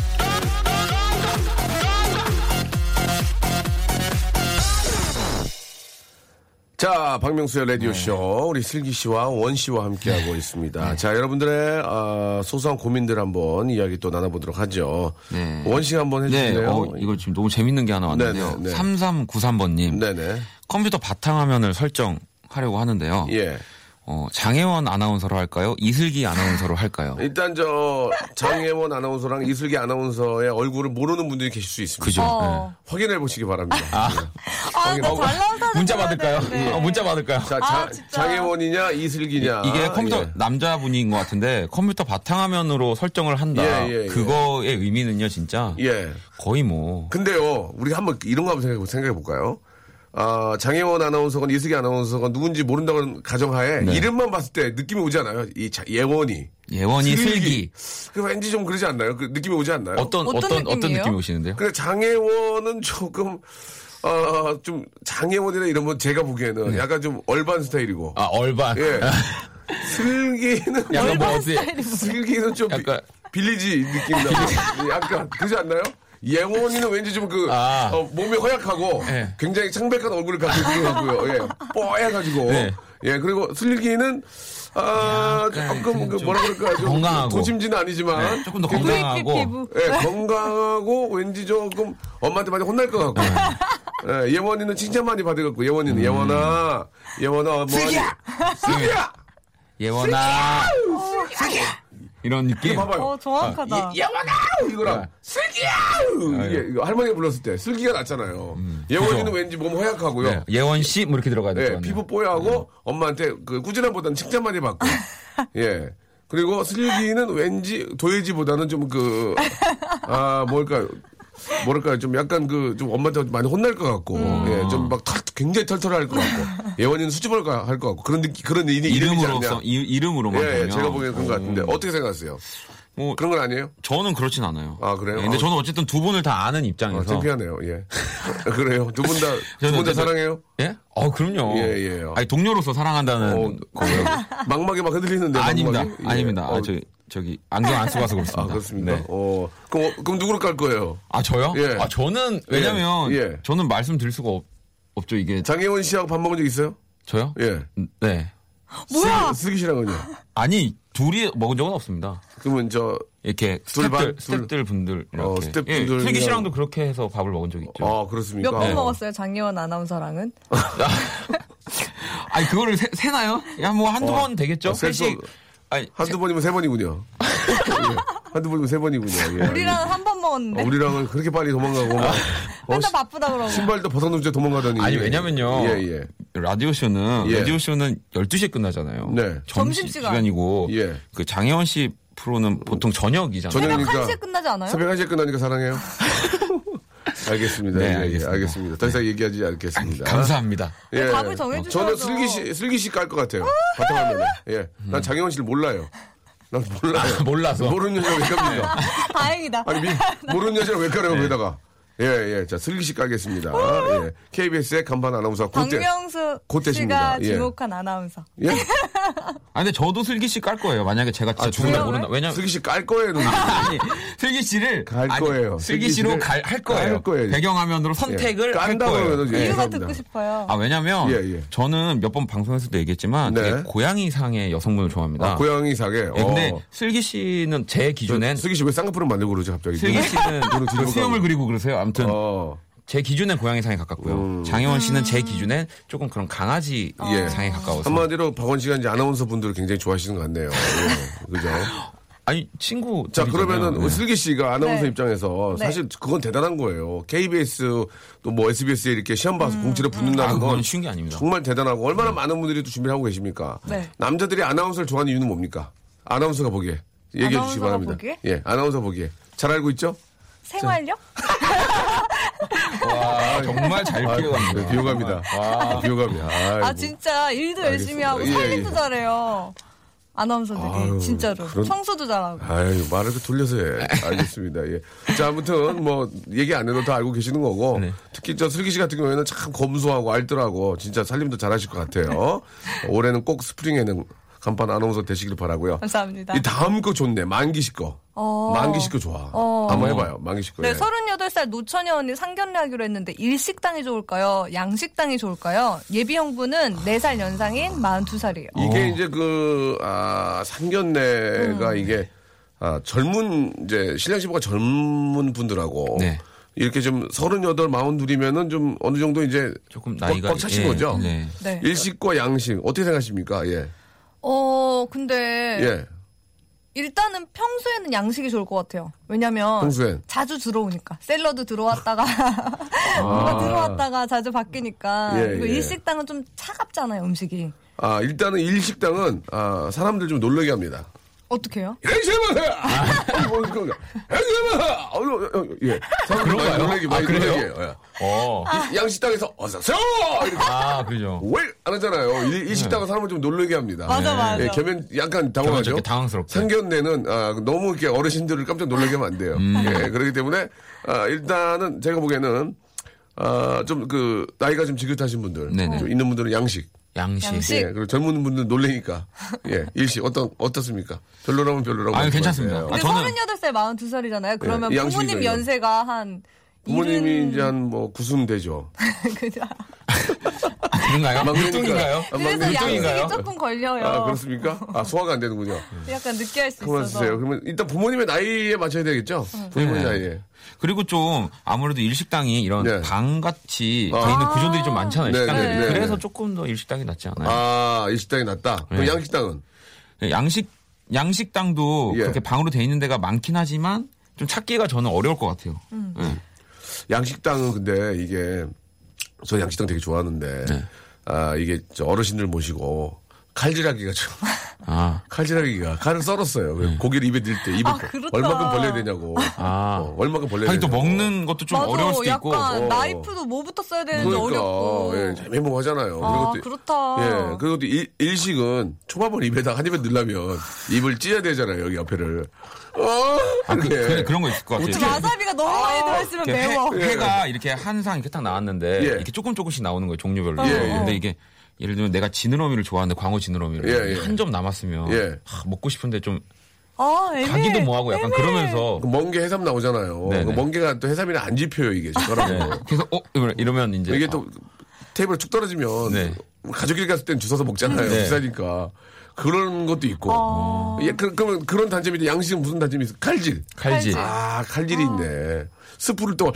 S1: 자, 박명수의 라디오쇼.
S9: 네.
S1: 우리 슬기 씨와 원 씨와 함께하고 있습니다. 자, 여러분들의 아, 소소한 고민들 한번 이야기 또 나눠보도록 하죠. 원 씨가 한번 해주세요.
S9: 네, 어, 이거 지금 너무 재밌는 게 하나 왔는데요.
S1: 예, 네네, 네.
S9: 3393번님. 컴퓨터 바탕화면을 설정하려고
S1: 예.
S9: 하는데요. 어, 장혜원 아나운서로 할까요? 이슬기 아나운서로 할까요?
S1: 일단 저 장혜원 아나운서랑 이슬기 아나운서의 얼굴을 모르는 분들이 계실 수 있습니다.
S9: 그죠. 어.
S1: 확인해 보시기 바랍니다. 예.
S5: 아, 나 잘 나온 사람.
S9: 문자 받을까요? 어, 문자 받을까요?
S1: 네. 자, 자, 장혜원이냐 이슬기냐
S9: 이게 컴퓨터
S1: 예.
S9: 남자분인 것 같은데 컴퓨터 바탕화면으로 설정을 한다.
S1: 예, 예, 예.
S9: 그거의 의미는요, 진짜. 거의 뭐.
S1: 근데요, 우리 한번 이런 거 한번 생각해 볼까요? 아, 장혜원 아나운서건 이슬기 아나운서건 누군지 모른다고 가정하에
S9: 네.
S1: 이름만 봤을 때 느낌이 오지 않아요? 이 자- 예원이.
S9: 예원이
S1: 그 왠지 좀 그러지 않나요? 그 느낌이 오지 않나요?
S9: 어떤- 어떤- 어떤 어떤 느낌이에요? 느낌이 오시는데요?
S1: 근데 장혜원은 조금 어, 좀 장혜원이나 이런 건 제가 보기에는 약간 좀 얼반 스타일이고.
S9: 네. 아, 얼반.
S1: 예. 슬기는
S9: [LAUGHS] 약간 뭐 어디-
S1: 슬기는 좀 비- 빌리지 느낌 나고 예, 약간 그러지 않나요? 예원이는 왠지 좀 그
S9: 아.
S1: 몸이 허약하고
S9: 예.
S1: 굉장히 창백한 얼굴을 갖고 있는 것 같고요. 예. 뽀해가지고
S9: 네.
S1: 예 그리고 슬기는 아 조금 그 뭐라 그럴까 좀
S9: 건강하고.
S1: 도침지는 아니지만
S9: 네, 조금 더
S1: 굉장히-
S9: 건강하고. 피부.
S1: 예 건강하고 왠지 조금 엄마한테 많이 혼날 것
S9: 네.
S1: 같고 예, 예원이는 칭찬 많이 받아갖고 예원이는
S9: 음.
S1: 예원아 예원아 뭐 하니? 슬기야
S9: 예원아. 이런 느낌.
S1: 이거 봐봐요.
S5: 어, 정확하다.
S1: 예, 예원아!
S9: 네.
S1: 이거랑 슬기야! 이게 이거 할머니가 불렀을 때 슬기가 낫잖아요. 예원이는
S9: 아, 예. 음. 그죠.
S1: 왠지 몸 허약하고요.
S9: 네, 예원 씨, 뭐 이렇게 들어가야 될 것
S1: 예,
S9: 같네요. 음.
S1: 피부 뽀얗고 엄마한테 그 꾸준함보다는 칭찬 많이
S9: [LAUGHS]
S1: 받고. 예. 그리고 슬기는 왠지 도예지보다는 좀 그, 아, 뭘까요? 뭐랄까요? 좀 약간 그, 좀 엄마한테 많이 혼날 것 같고,
S9: 음.
S1: 예, 좀 막 굉장히 털털할 것 같고, 예원이는 수줍을 것- 할것 같고, 그런 느낌, 그런 이- 이름이지
S9: 이름으로서
S1: 않냐.
S9: 이, 이름으로만
S1: 예, 예,
S9: 보면.
S1: 제가 보기엔 그런 것 같은데,
S9: 어.
S1: 어떻게 생각하세요?
S9: 뭐
S1: 그런 건 아니에요?
S9: 저는 그렇진 않아요.
S1: 아, 그래요?
S9: 예, 근데
S1: 아,
S9: 저는 어쨌든 두 분을 다 아는 입장에서.
S1: 아, 창피하네요. 예. 그래요. 두 분 다, 두
S9: [LAUGHS]
S1: 분
S9: 저는
S1: 다
S9: 어쨌든-
S1: 사랑해요?
S9: 예? 어, 그럼요.
S1: 예, 예.
S9: 아니, 동료로서 사랑한다는.
S1: 어, 막막에 막 흔들리는데.
S9: 네. 아닙니다.
S1: 막막이? 예.
S9: 아닙니다.
S1: 어,
S9: 아, 저, 저기, 안경 안 쓰고 와서 그렇습니다.
S1: 아, 그렇습니까?
S9: 네.
S1: 어. 그럼, 어, 그럼 누구로 깔 거예요?
S9: 아, 저요?
S1: 예.
S9: 아, 저는, 왜냐면,
S1: 예, 예.
S9: 저는 말씀드릴 수가 없, 없죠, 이게.
S1: 장혜원 씨하고 밥 먹은 적 있어요?
S9: 저요?
S1: 예.
S9: 네.
S5: 뭐야?
S1: 슬기, 슬기 씨랑은요?
S9: 아니, 둘이 먹은 적은 없습니다.
S1: 그러면 저.
S9: 이렇게
S1: 둘 반?
S9: 스탭들, 스탭들 분들. 이렇게.
S1: 어, 스탭분들이랑-
S9: 예, 슬기 씨랑도 그렇게 해서 밥을 먹은 적이 있죠.
S1: 아, 그렇습니까?
S5: 몇
S9: 네.
S5: 번 먹었어요, 장예원 아나운서랑은?
S9: 아니, 그거를 세, 세나요? 야, 뭐 한두
S1: 어.
S9: 번 되겠죠?
S1: 아, 셀
S9: 셋씩.
S1: 수-
S9: 아니,
S1: 한두 번이면 세 번이군요. 예. 한두 번이면 세 번이군요. 예.
S5: 우리랑 한 번
S1: 어,
S5: 먹었는데.
S1: 우리랑은 그렇게 빨리 도망가고. 막, 어,
S5: 맨날 바쁘다 그러고.
S1: 신발도 벗어놓은 채 도망가더니.
S9: 아니 왜냐면요
S1: 예, 예.
S9: 라디오 쇼는
S1: 예.
S9: 라디오 쇼는 12시에 끝나잖아요.
S1: 네. 예.
S9: 점심
S5: 점심시간.
S9: 시간이고 그 장혜원 씨 프로는 보통 저녁이잖아요.
S5: 새벽 1시에 끝나지 않아요?
S1: 새벽 1시에 끝나니까 사랑해요. 알겠습니다.
S9: 네,
S1: 예, 예,
S9: 알겠습니다. 아,
S1: 알겠습니다. 더 이상 얘기하지 않겠습니다.
S9: 감사합니다.
S1: 예.
S5: 답을 네, 정해주셔야죠.
S1: 저는 슬기 씨, 슬기 씨 깔 것 같아요. 바탕화면에. 예. 난 장혜원 씨를 몰라요. 난 몰라요.
S9: [LAUGHS] 몰라서. 네.
S1: 모르는 여자 왜 깝니까?
S5: [LAUGHS] 다행이다.
S1: 아니, 미, 모르는 여자 왜 깔아요, 거기다가. 예, 예. 자, 슬기 씨 깔겠습니다. 예. KBS의 간판 아나운서 고대.
S5: 어? 박명수
S1: 곧대
S5: 씨가
S1: 씨입니다. 예.
S5: 지목한 아나운서.
S1: 예?
S9: 아 근데 저도 슬기 씨 깔 거예요. 만약에 제가 진짜
S1: 죽어요?
S5: 네.
S9: 정말 모른다. 왜냐면
S1: 아, 슬기 씨 깔 거예요, 누님.
S9: [LAUGHS] 아니 슬기 씨를
S1: 갈
S9: 아니,
S1: 거예요.
S9: 슬기
S1: 슬기
S9: 씨로
S1: 씨를
S9: 갈, 할
S1: 깔
S9: 거예요.
S1: 거예요.
S9: 배경화면으로 선택을 할
S1: 깐다고
S9: 거예요.
S1: 그러면은 예,
S5: 이유가
S1: 감사합니다.
S5: 듣고 싶어요.
S9: 아 왜냐면
S1: 예, 예.
S9: 저는 몇 번 방송에서도 얘기했지만
S1: 네.
S9: 되게 고양이상의 여성분을 좋아합니다.
S1: 아, 고양이 어. 사게.
S9: 예, 근데 슬기 씨는 제 기준엔
S1: 슬기 씨 왜 쌍꺼풀을 만들고 그러지 갑자기? 어.
S9: 슬기 씨는
S1: 눈을 뒤집어
S9: 수염을
S1: 감고.
S9: 그리고 그러세요. 아무튼 어, 제 기준엔 고양이상에 가깝고요. 장혜원 씨는 제 기준엔 조금 그런 강아지
S1: 음. 예.
S9: 상에 가까워서.
S1: 한마디로 박원 씨가 이제 아나운서 분들을 굉장히 좋아하시는 것 같네요. 예,
S9: [LAUGHS]
S1: 그죠?
S9: 아니 친구. 네.
S1: 자 그러면은 슬기 씨가 아나운서
S5: 네.
S1: 입장에서
S5: 네.
S1: 사실 그건 대단한 거예요. KBS 또 뭐 SBS에 이렇게 시험 봐서
S5: 음,
S1: 공채를 붙는다는 건
S9: 그건 쉬운 게 아닙니다. 네.
S1: 정말 대단하고 얼마나 많은 분들이 또 준비를 하고 계십니까?
S5: 네.
S1: 남자들이 아나운서를 좋아하는 이유는 뭡니까? 아나운서가 보기에 얘기해 주시기
S5: 아나운서가
S1: 바랍니다.
S5: 보기에?
S1: 예, 아나운서 보기에 잘 알고 있죠?
S5: 생활력?
S9: 와 정말 잘
S1: 아유,
S9: 피해갑니다. 아.
S1: 비호감이다.
S9: 와.
S1: 비호감이야. 아이고.
S5: 아, 진짜 일도 열심히
S1: 알겠습니다.
S5: 하고
S1: 예,
S5: 살림도
S1: 예.
S5: 잘해요. 아나운서들이
S1: 아유,
S5: 진짜로
S1: 그런-
S5: 청소도 잘하고.
S1: 아유, 말을 또 돌려서 해. 알겠습니다. 예. 자, 아무튼, 뭐, 얘기 안 해도 다 알고 계시는 거고, 특히 저 슬기 씨 같은 경우에는 참 검소하고 알뜰하고, 진짜 살림도 잘하실 것 같아요. 올해는 꼭 스프링에는 간판 아나운서 되시길 바라고요
S5: 감사합니다.
S1: 이 다음 거 좋네. 만기 씨 거.
S5: 어.
S1: 만기 씨 거 좋아.
S5: 어.
S1: 한번 해봐요. 만기 씨 거.
S5: 네,
S1: 예.
S5: 38살 노처녀 언니 상견례 하기로 했는데 일식당이 좋을까요? 양식당이 좋을까요? 예비 형부는 4살 연상인 42살이에요.
S9: 어.
S1: 이게 이제 그, 아, 상견례가
S9: 음.
S1: 이게, 아, 젊은, 이제, 신랑 신부가 젊은 분들하고,
S9: 네.
S1: 이렇게 좀 서른여덟 마흔 둘이면은 좀 어느 정도 이제 조금
S9: 나이가-
S1: 꽉 차신
S9: 예,
S1: 거죠.
S9: 네.
S5: 네.
S1: 일식과 양식 어떻게 생각하십니까? 예,
S5: 어, 근데
S1: 예.
S5: 일단은 평소에는 양식이 좋을 것 같아요. 왜냐면
S1: 평소엔.
S5: 자주 들어오니까 샐러드
S1: [LAUGHS]
S5: 들어왔다가 뭐가 들어왔다가 자주 바뀌니까
S1: 아. 예,
S5: 그리고
S1: 예.
S5: 일식당은 좀 차갑잖아요 음식이
S1: 아 일단은 일식당은 아 사람들 좀 놀라게 합니다.
S5: 어떻게요?
S1: 양식만 해. 뭐 그런 거. 양식만 해. 어우, 어, 어, 예. 사람들 많이
S9: 아,
S1: 놀라게 많이 놀라게 해요. 예.
S9: 어.
S1: 이- 양식당에서 어서 오세요. 이렇게.
S9: 아 그죠.
S1: 왜 안 하잖아요. 일, 일식당은 사람을 좀 놀라게 합니다.
S5: 맞아,
S1: 예.
S5: 맞아.
S1: 예, 겸연 약간 당황하죠.
S9: 겸연쩍게 당황스럽게.
S1: 상견례는 아, 너무 이렇게 어르신들을 깜짝 놀라게 하면 안 돼요.
S9: 음.
S1: 예, 그렇기 때문에 아, 일단은 제가 보기에는 아, 좀 그 나이가 좀 지긋하신 분들,
S9: 네네.
S1: 좀 있는 분들은 양식.
S9: 양식.
S5: 양식.
S1: 예, 그리고 젊은 분들 놀래니까 예, 일식 어떤 어떻습니까? 별로라면 별로라고.
S9: 아니,
S1: 할것
S9: 괜찮습니다.
S1: 같아요.
S5: 근데
S9: 저는-
S5: 38살 42살이잖아요 그러면
S1: 예, 양식이죠,
S5: 부모님
S1: 이거.
S5: 연세가 한
S1: 부모님이 이제
S5: [LAUGHS]
S1: 한뭐 구순 되죠.
S5: 그죠?
S1: 막내니까.
S9: 그런가요? 물뚱인가요?
S1: 아,
S5: 그래서
S1: 막내.
S5: 양식이 조금 걸려요
S1: 아 그렇습니까? 아 소화가 안 되는군요.
S5: 약간 느끼할 수
S1: 그만
S5: 있어서
S1: 쓰세요. 그러면 일단 부모님의 나이에 맞춰야 되겠죠? 부모님의
S9: 네.
S1: 나이에.
S9: 그리고 좀 아무래도 일식당이 이런
S1: 네.
S9: 방같이
S1: 아.
S9: 돼 있는 구조들이 좀 많잖아요.
S1: 네,
S9: 식당들이.
S1: 네, 네,
S9: 그래서
S1: 네.
S9: 조금 더 일식당이 낫지 않아요?
S1: 아, 일식당이 낫다. 그럼
S9: 네.
S1: 양식당은?
S9: 양식
S1: 예.
S9: 양식당도 그렇게 방으로 돼 있는 데가 많긴 하지만 좀 찾기가 저는 어려울 것 같아요.
S5: 음.
S1: 양식당은 근데 이게 저 양식당 되게 좋아하는데 아 이게 저 어르신들 모시고 칼질하기가 좀
S9: 아.
S1: 칼질하기가 칼을 썰었어요. 고기를 입에 들 때 입에
S5: 아, 그렇다.
S1: 얼마큼 벌려야 되냐고 어, 얼마큼 벌려야
S9: 하긴 또
S1: 되냐고
S9: 먹는 것도 좀
S5: 맞아,
S9: 어려울 수도 있고.
S5: 약간
S1: 어.
S5: 나이프도 뭐부터 써야 되는지
S1: 그러니까
S5: 어렵고.
S1: 예, 잘 매모하잖아요.
S5: 아,
S1: 그리고 또-
S5: 그렇다.
S1: 예, 그것도 일, 일식은 초밥을 입에다 한 입에 넣으려면 입을 찢어야 되잖아요. 여기 옆에를. 어,
S9: 아, 그,
S1: 이렇게.
S9: 그, 그런 거 있을 것 같아요.
S1: 어떻게-
S5: 와사비가 너무 많이 들어있으면
S9: 이렇게 해-
S5: 예. 매워. 예.
S9: 회가 이렇게 한 상 이렇게 딱 나왔는데 이렇게 조금 조금씩 나오는 거예요 종류별로.
S5: 어.
S1: 예, 예.
S9: 근데 이게 예를 들면 내가 지느러미를 좋아하는데 광어 지느러미를
S1: 예, 예.
S9: 한 점 남았으면 아, 먹고 싶은데 좀
S5: 아, 예. 애매해.
S9: 가기도 뭐하고 약간 그러면서
S1: 그 멍게 해삼 나오잖아요.
S9: 네네.
S1: 그 멍게가 또 해삼이랑 안 집혀요 이게 젓가락으로.
S9: 그래서 어 이러면- 이러면 이제
S1: 이게 또 테이블에 쭉 떨어지면 가족끼리 갔을 땐 주워서 먹잖아요.
S9: 네.
S1: 비싸니까. 그런 것도 있고.
S5: 어.
S1: 예, 그, 그러면 그런 단점인데 양식은 무슨 단점이 있어? 칼질.
S9: 칼질.
S1: 아, 칼질이 있네. 스프를 또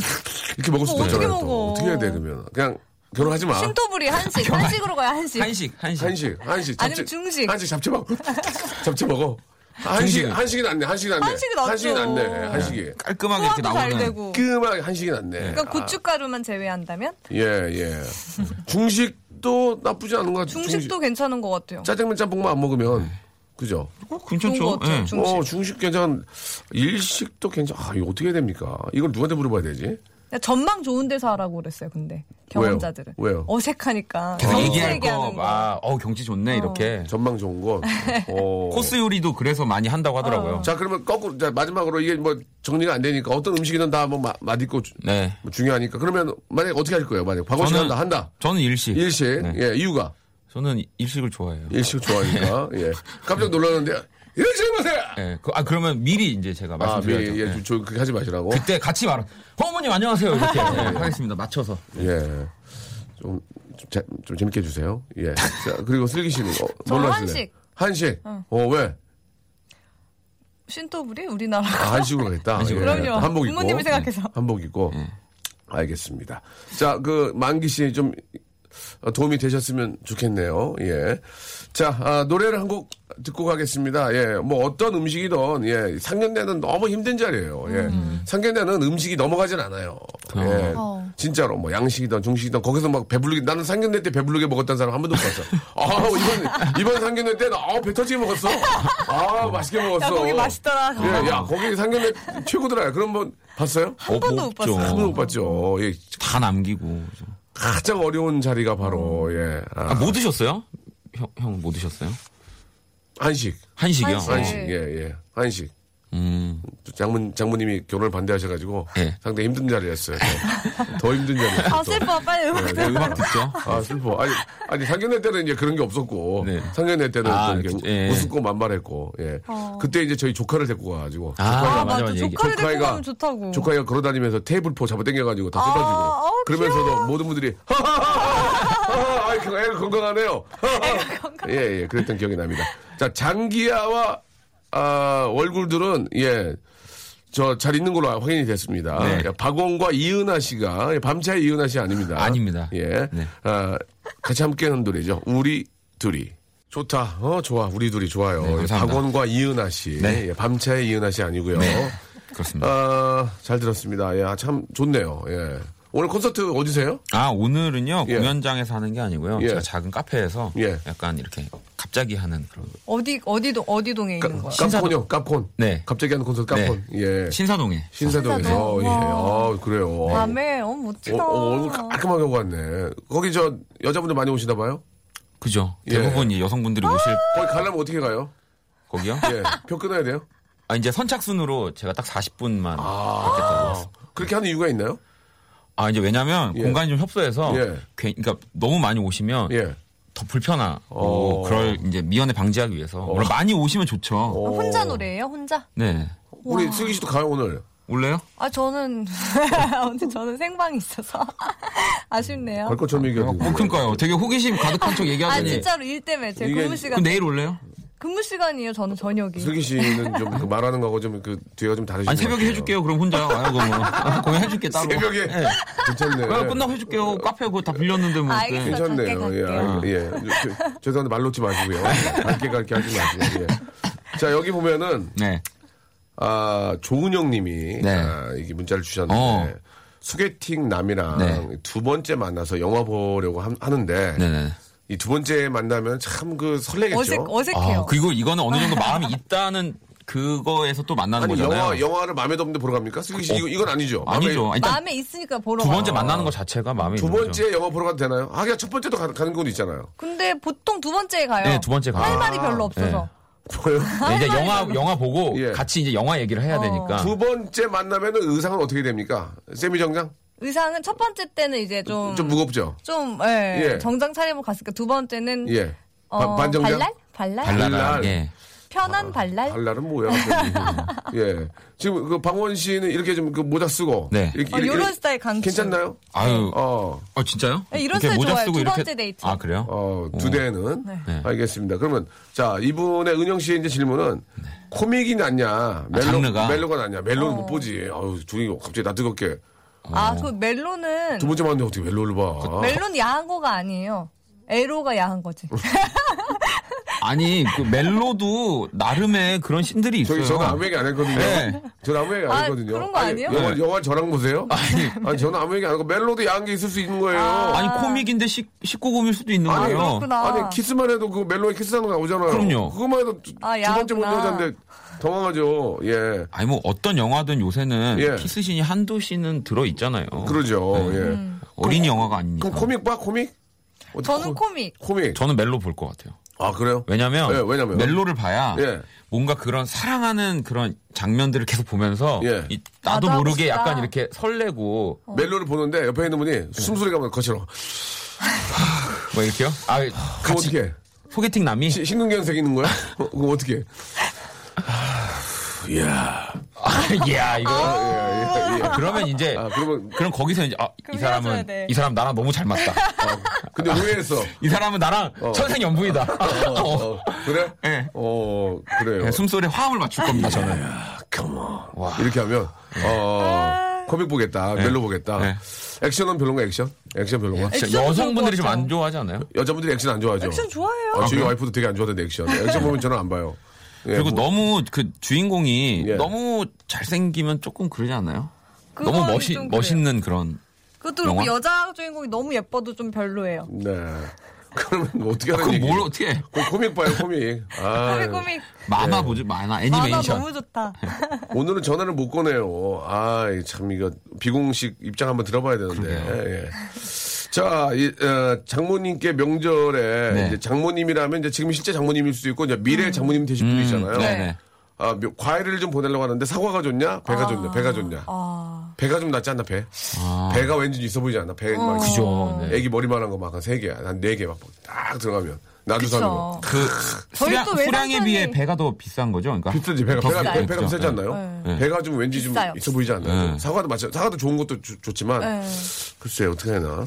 S1: 이렇게 먹을 수도
S5: 아. 어떻게
S1: 없잖아요. 또.
S5: 먹어?
S1: 어떻게 해야 돼, 그러면? 그냥 결혼하지 마.
S5: 신토불이 한식.
S1: 경아-
S5: 한식으로 가야 한식.
S9: 한식, 한식.
S1: 한식, 한식. 잡채,
S5: 아니면 중식.
S1: 한식 잡채 먹어. [LAUGHS] 잡채 먹어. 한식,
S9: 중식은?
S1: 한식이 낫네, 한식이 낫네.
S5: 한식이 낫죠.
S1: 한식이 낫네, 한식이.
S9: 깔끔하게
S5: 이렇게 소화도 잘 나오는. 되고.
S1: 깔끔하게 한식이 낫네.
S5: 그러니까
S1: 아.
S5: 고춧가루만 제외한다면
S1: 예, 예. 중식도 나쁘지 않은 것 같아요.
S5: 중식도 괜찮은 것 같아요.
S1: 짜장면 짬뽕만 안
S9: 네.
S1: 먹으면 그죠?
S5: 괜찮죠. 좋은 것 같아요, 예. 중식.
S1: 어, 중식 괜찮. 일식도 괜찮. 아, 이거 어떻게 해야 됩니까? 이걸 누구한테 물어봐야 되지?
S5: 그냥 그러니까 전망 좋은 데서 하라고 그랬어요. 근데 경험자들은
S1: 왜요? 왜요?
S5: 어색하니까
S9: 계속
S5: 경치
S9: 얘기할 거,
S5: 얘기하는
S9: 아, 어 경치 좋네 이렇게.
S1: 전망 좋은 거.
S9: [LAUGHS] 코스 요리도 그래서 많이 한다고 하더라고요.
S1: 어.
S5: 어.
S1: 자, 그러면 거꾸로 자, 마지막으로 이게 뭐 정리가 안 되니까 어떤 음식이든 다뭐 맛있고 주-
S9: 네.
S1: 뭐 중요하니까 그러면 만약에 어떻게 할 거예요? 만약에 박원 씨
S9: 저는-
S1: 한다 한다.
S9: 저는 일식.
S1: 일식.
S9: 네.
S1: 예, 이유가
S9: 저는 일식을 좋아해요.
S1: 일식 좋아하니까.
S9: [LAUGHS]
S1: 예. 깜짝 놀랐는데 일식 보세요.
S9: 예. 그, 아 그러면 미리 이제 제가
S1: 아,
S9: 말씀드려야죠.
S1: 미리 예,
S9: 예.
S1: 저 그렇게 하지 마시라고.
S9: 그때 같이 말아. 어머님 안녕하세요 이렇게 예, 하겠습니다. 맞춰서.
S1: 예. 좀, 좀, 재- 좀 재밌게 해주세요. 예. 자, 그리고 슬기 씨는, 어,
S5: 저
S1: 뭘로 하실래요?
S5: 한식.
S1: 한식.
S5: 어.
S1: 어, 왜?
S5: 신토불이 우리나라.
S1: 아, 한식으로 가겠다.
S5: 한식으로.
S1: 예.
S5: 그럼요.
S1: 한복 입고.
S5: 부모님을 생각해서. 음.
S1: 한복 입고. 알겠습니다. 자, 그, 만기 씨 좀, 어, 도움이 되셨으면 좋겠네요. 예. 자, 아, 노래를 한 곡 듣고 가겠습니다. 예. 뭐 어떤 음식이든, 예. 상견례는 너무 힘든 자리예요 예. 상견례는 음식이 넘어가진 않아요. 예.
S5: 음. 어.
S1: 진짜로 뭐 양식이든 중식이든 거기서 막 배부르게 나는 상견례 때 배부르게 먹었던 사람 한 번도 못
S5: [LAUGHS]
S1: 봤어. 아 이번 이번 상견례 때는 아배 터지게 먹었어. 아 맛있게 먹었어.
S5: 야, 거기 맛있더라.
S1: 예, 야 거기 상견례 최고더라. 그런 번뭐 봤어요?
S5: 한 어, 번도 못 봤죠. 봤어요.
S1: 한 번도 못 봤죠. 예.
S9: 뭐 다 남기고.
S1: 가장 어려운 자리가 바로 예.
S9: 아, 뭐 드셨어요? 형, 형 뭐 드셨어요?
S1: 한식.
S9: 한식이요? 어.
S1: 한식.
S5: 네.
S1: 예, 예. 한식.
S9: 음.
S1: 장문 장모님이 결혼을 반대하셔가지고
S9: 예.
S1: 상당히 힘든 자리였어요. 더, 더 힘든 자리였어요.
S5: 아
S1: 또.
S5: 슬퍼 빨리 음악
S1: 네,
S5: 들어.
S1: 네, 아, 슬퍼. 아니, 아니, 상견례 때는 이제 그런 게 없었고, 상견례 때는
S9: 아,
S1: 또 이렇게
S9: 예.
S1: 웃고 만발했고, 예.
S5: 어.
S1: 그때 이제 저희 조카를 데리고 가가지고,
S9: 아,
S5: 아, 맞아, 맞아, 조카를 데리고 가면 좋다고.
S1: 조카가 걸어다니면서 테이블포 잡아당겨가지고 다
S5: 아,
S1: 뜯어지고,
S5: 어,
S1: 그러면서도 모든 분들이, [LAUGHS] 하하하하! 아이, 그 애가
S5: [LAUGHS]
S1: 건강하네요. 예, 예, 그랬던 기억이 납니다. 자, 장기야와, 아, 얼굴들은, 예. 저 잘 있는 걸로 확인이 됐습니다.
S9: 네.
S1: 예, 박원과 이은하 씨가 예, 밤차의 이은하 씨 아닙니다.
S9: 아닙니다. 네.
S1: 예. 아, 같이 함께하는 노래죠. 우리 둘이. 좋다. 어, 좋아. 우리 둘이 좋아요. 예,
S9: 네, 감사합니다.
S1: 박원과 이은하 씨.
S9: 네.
S1: 예, 밤차의 이은하 씨 아니고요.
S9: 그렇습니다.
S1: 아, 잘 들었습니다. 예, 아, 참 좋네요. 예. 오늘 콘서트 어디세요?
S9: 아 오늘은요
S1: 예.
S9: 공연장에서 하는 게 아니고요
S1: 예.
S9: 제가 작은 카페에서 약간 이렇게 갑자기 하는 그런
S5: 어디 어디도 어디 동에 있는 거야?
S1: 깝콘요, 깝콘.
S9: 네
S1: 갑자기 하는 콘서트 깝콘. 예.
S9: 신사동에
S1: 신사동에서.
S5: 신사동.
S1: 예. 아, 그래요.
S5: 밤에 어 멋지다.
S1: 어, 어, 얼굴 깔끔하게 하고 왔네. 거기 저 여자분들 많이 오시나 봐요?
S9: 그죠
S1: 예.
S9: 대부분 이 여성분들이 오실
S1: 거기 가려면 어떻게 가요?
S9: 거기요
S1: 예. 표 끊어야 돼요?
S9: 아 이제 선착순으로 제가 딱 40분만
S1: 그렇게 하는 이유가 있나요?
S9: 아 이제 왜냐하면 공간이 좀 협소해서
S1: 예.
S9: 괜- 그러니까 너무 많이 오시면 더 불편하고
S1: 어.
S9: 그럴 이제 미연에 방지하기 위해서 물론 많이 오시면 좋죠.
S5: 아,
S9: 어.
S5: 혼자 노래예요? 혼자?
S9: 네.
S1: 어, 우리 슬기 씨도 가요 오늘.
S9: 올래요?
S5: 아 저는
S9: 어?
S5: [LAUGHS] 근데 저는 생방이 있어서 [LAUGHS] 아쉽네요.
S1: 발꽃처럼 얘기하고.
S9: 어, 그러니까요. 되게 호기심 가득한 척
S5: 아
S9: 얘기하더니.
S5: 진짜로 일 때문에 제
S1: 이게-
S5: 근무
S9: 그럼
S5: 시간
S9: 내일 올래요?
S5: 근무 시간이에요. 저는 저녁이.
S1: 슬기 씨는 좀그 말하는 거하고 좀 그 뒤가 좀 다르시죠.
S9: 아니 새벽에 해줄게요. 그럼 혼자 와요.
S1: [LAUGHS]
S9: 그럼 뭐. 공연 해줄게 따로.
S1: 새벽에?
S9: 네.
S1: 괜찮네.
S9: 그럼 끝나고 해줄게요. 카페 그거 다 빌렸는데 뭐. 어때?
S1: 괜찮네요. 예, 알- 예. 저- 죄송한데 말 놓지 마시고요. 갈게 갈게 하지 마시고. 예. 자, 여기 보면은 아, 조은영 님이
S9: 네.
S1: 아, 이게 문자를 주셨는데
S9: 어.
S1: 소개팅 남이랑
S9: 네.
S1: 두 번째 만나서 영화 보려고 함- 하는데 이 두 번째 만나면 참 그 설레겠죠.
S5: 어색- 어색해요.
S9: 아, 그리고 이거는 어느 정도 마음이 있다는 그거에서 또 만나는
S1: 아니
S9: 거잖아요.
S1: 영화 영화를 마음에 드는데 보러 갑니까? 슬기 씨
S9: 어.
S1: 이거 이건 아니죠.
S9: 아니죠. 일단
S5: 마음에 있으니까 보러
S9: 두
S5: 가요.
S9: 번째 만나는 것 자체가 마음에
S1: 두
S9: 있는
S1: 번째 영화 보러 가도 되나요? 아, 그냥 첫 번째도 가, 가는 건
S9: [LAUGHS]
S1: 있잖아요.
S5: 근데 보통 두 번째에 가요.
S9: 네, 두 번째 가요.
S5: 할 말이 별로
S9: 아.
S5: 없어서.
S1: 뭐요?
S9: 거죠. 네, 이제 영화 영화 보고 같이 이제 영화 얘기를 해야 되니까.
S1: 예. 어. 두 번째 만나면 은 의상은 어떻게 됩니까? 세미 정장?
S5: 의상은 첫 번째 때는 이제 좀.
S1: 좀 무겁죠?
S5: 좀, 예,
S1: 예.
S5: 정장 차림으로 갔으니까 두 번째는.
S1: 예. 바-
S5: 어,
S1: 반정장?
S5: 발랄? 발랄?
S1: 발랄한, 아,
S9: 예.
S5: 편한 발랄?
S1: 발랄은 뭐야?
S5: [LAUGHS]
S1: 갑자기. 예. 지금 그 방원 씨는 이렇게 좀 그 모자 쓰고.
S9: 네.
S1: 이렇게,
S5: 어,
S1: 이렇게-
S5: 요런 스타일 강추.
S1: 괜찮나요?
S9: 아유.
S1: 어.
S9: 아 진짜요?
S5: 네, 이런 스타일 좋아요. 두 번째 데이트.
S9: 아 그래요?
S1: 어, 두 대는
S9: 네.
S1: 알겠습니다. 그러면 자 이분의 은영 씨의 이제 질문은 코믹이 낫냐, 멜로,
S9: 네. 아, 장르가?
S1: 멜로가 낫냐,
S5: 어.
S1: 멜로는 못 보지. 아유, 둘이 갑자기 나 뜨겁게
S5: 아, 그 멜론은.
S1: 어. 두 아. 번째 만데 어떻게 멜로를
S9: 그
S1: 봐?
S5: 멜론 야한 거가 아니에요. 에로가
S1: [LAUGHS]
S5: 야한 거지.
S9: 아니 그 멜로도 나름의 그런 신들이 있어요.
S1: 저희 저는 아무 얘기 안 했거든요. 저는 아무 얘기 안
S5: 아,
S1: 했거든요.
S5: 그런 거 아니에요?
S1: 영화,
S9: 네.
S1: 영화 저랑 보세요. 아니, 저는 아무 얘기 안 하고 멜로도 야한 게 있을 수 있는 거예요.
S9: 아니 코믹인데 19금일 수도 있는
S1: 아니,
S9: 거예요.
S1: 아니, 키스만 해도 그 멜로에 키스하는 거 나오잖아요.
S9: 그럼요.
S1: 그것만 해도 두,
S5: 아,
S1: 두 번째 본
S5: 야하구나.
S1: 여자인데 당황하죠. 예.
S9: 아니 뭐 어떤 영화든 요새는
S1: 예.
S9: 키스신이 한두 씬은 들어 있잖아요.
S1: 그러죠.
S9: 네.
S1: 예.
S9: 어린이 영화가 아니니까.
S1: 그럼 코믹 봐, 코믹?
S5: 음. 저는 코믹.
S1: 코믹.
S9: 저는 멜로 볼 것 같아요.
S1: 아 그래요?
S9: 왜냐면
S1: 예, 왜냐면요?
S9: 멜로를 봐야
S1: 예.
S9: 뭔가 그런 사랑하는 그런 장면들을 계속 보면서
S1: 예.
S9: 이- 나도
S1: 나도
S9: 모르게
S1: 하고 싶다.
S9: 약간 이렇게 설레고
S5: 어.
S1: 멜로를 보는데 옆에 있는 분이 숨소리가 막 거칠어.
S9: 뭐 이렇게요? 아
S1: 그럼 어떻게?
S9: 소개팅 남이
S1: 신근경색 있는 거야? 어, 그럼 어떻게?
S9: 아,
S1: 이야.
S9: 야 [LAUGHS] 이거
S1: 예, 예, 예.
S9: 그러면 이제
S1: 그러면
S9: 그럼 거기서 이제 아, 이
S5: 헤어져야
S9: 사람은
S5: 돼.
S9: 이 사람 나랑 너무 잘 맞다.
S1: 아,
S9: 아.
S1: 근데 오해했어.
S9: 이 사람은 나랑 천생연분이다.
S1: 어, 어, 그래? 어, 그래요.
S9: 예, 숨소리에 화음을 맞출
S1: 아,
S9: 겁니다 저는.
S1: 와. 이렇게 하면
S9: 예.
S1: 어 코믹 보겠다, 멜로 보겠다. 액션은 별론가 액션? 액션 별론가?
S5: 아,
S9: 액션 여성분들이 좀 안 좋아하지 않아요?
S1: 여자분들이 액션 안 좋아하죠.
S5: 액션 좋아해요.
S1: 어, 저희
S9: 아, 그래요?
S1: 와이프도 되게 안 좋아하는데 액션. 액션 보면 저는 안 봐요. 예, 뭐,
S9: 그리고
S1: 예.
S9: 너무 그 주인공이 너무 잘생기면 조금 그러지 않아요?
S5: 그건
S9: 너무 멋이,
S5: 좀 그래요.
S9: 멋있는 그런.
S5: 그것도 그렇고
S9: 영화?
S5: 여자 주인공이 너무 예뻐도 좀 별로예요.
S1: 네. [LAUGHS] 그러면 뭐 어떻게 하는
S9: 아, 그럼
S1: 얘기예요?
S9: 뭘 어떻게 해?
S1: 그 코믹 봐요, 코믹. 아,
S5: 코믹 코믹.
S1: 예.
S9: 만화 보지 만화
S5: 만화
S9: 애니메이션.
S1: [LAUGHS]
S5: 너무 좋다.
S1: 오늘은 전화를 못 꺼내요. 아, 참 이거 비공식 입장 한번 들어봐야 되는데. 예. 자, 이, 어, 장모님께 명절에
S9: 네. 음.
S1: 이제 장모님이라면 이제 지금 실제 장모님일 수도 있고 이제 미래 장모님 되실 분도 있잖아요.
S9: 네네.
S1: 아, 묘- 과일을 좀 보내려고 하는데 사과가 좋냐?
S5: 아.
S1: 배가 좋냐? 배가 좋냐? 배가 좀 낫지 않나 배? 배가 왠지 있어 보이지 않나? 배 막.
S9: 아. 그죠, 네.
S1: 애기 머리만한 거 막 한 세 개, 한 네 개 막 딱 들어가면 나도
S5: 그쵸.
S1: 사는 거.
S9: 그
S5: 저희
S9: 수량,
S5: 또
S9: 수량에
S5: 외상선이-
S9: 비해 배가 더 비싼 거죠? 그러니까
S1: 비싸지 배가
S9: 더
S1: 배가
S9: 비싸죠.
S1: 배가, 배가 비싸지 않나요?
S9: 네.
S1: 배가 좀 왠지
S5: 비싸요.
S1: 좀 있어 보이지 않나요? 사과도 마찬 사과도 좋은 것도 좋- 좋지만
S5: 네.
S1: 글쎄 어떻게 해나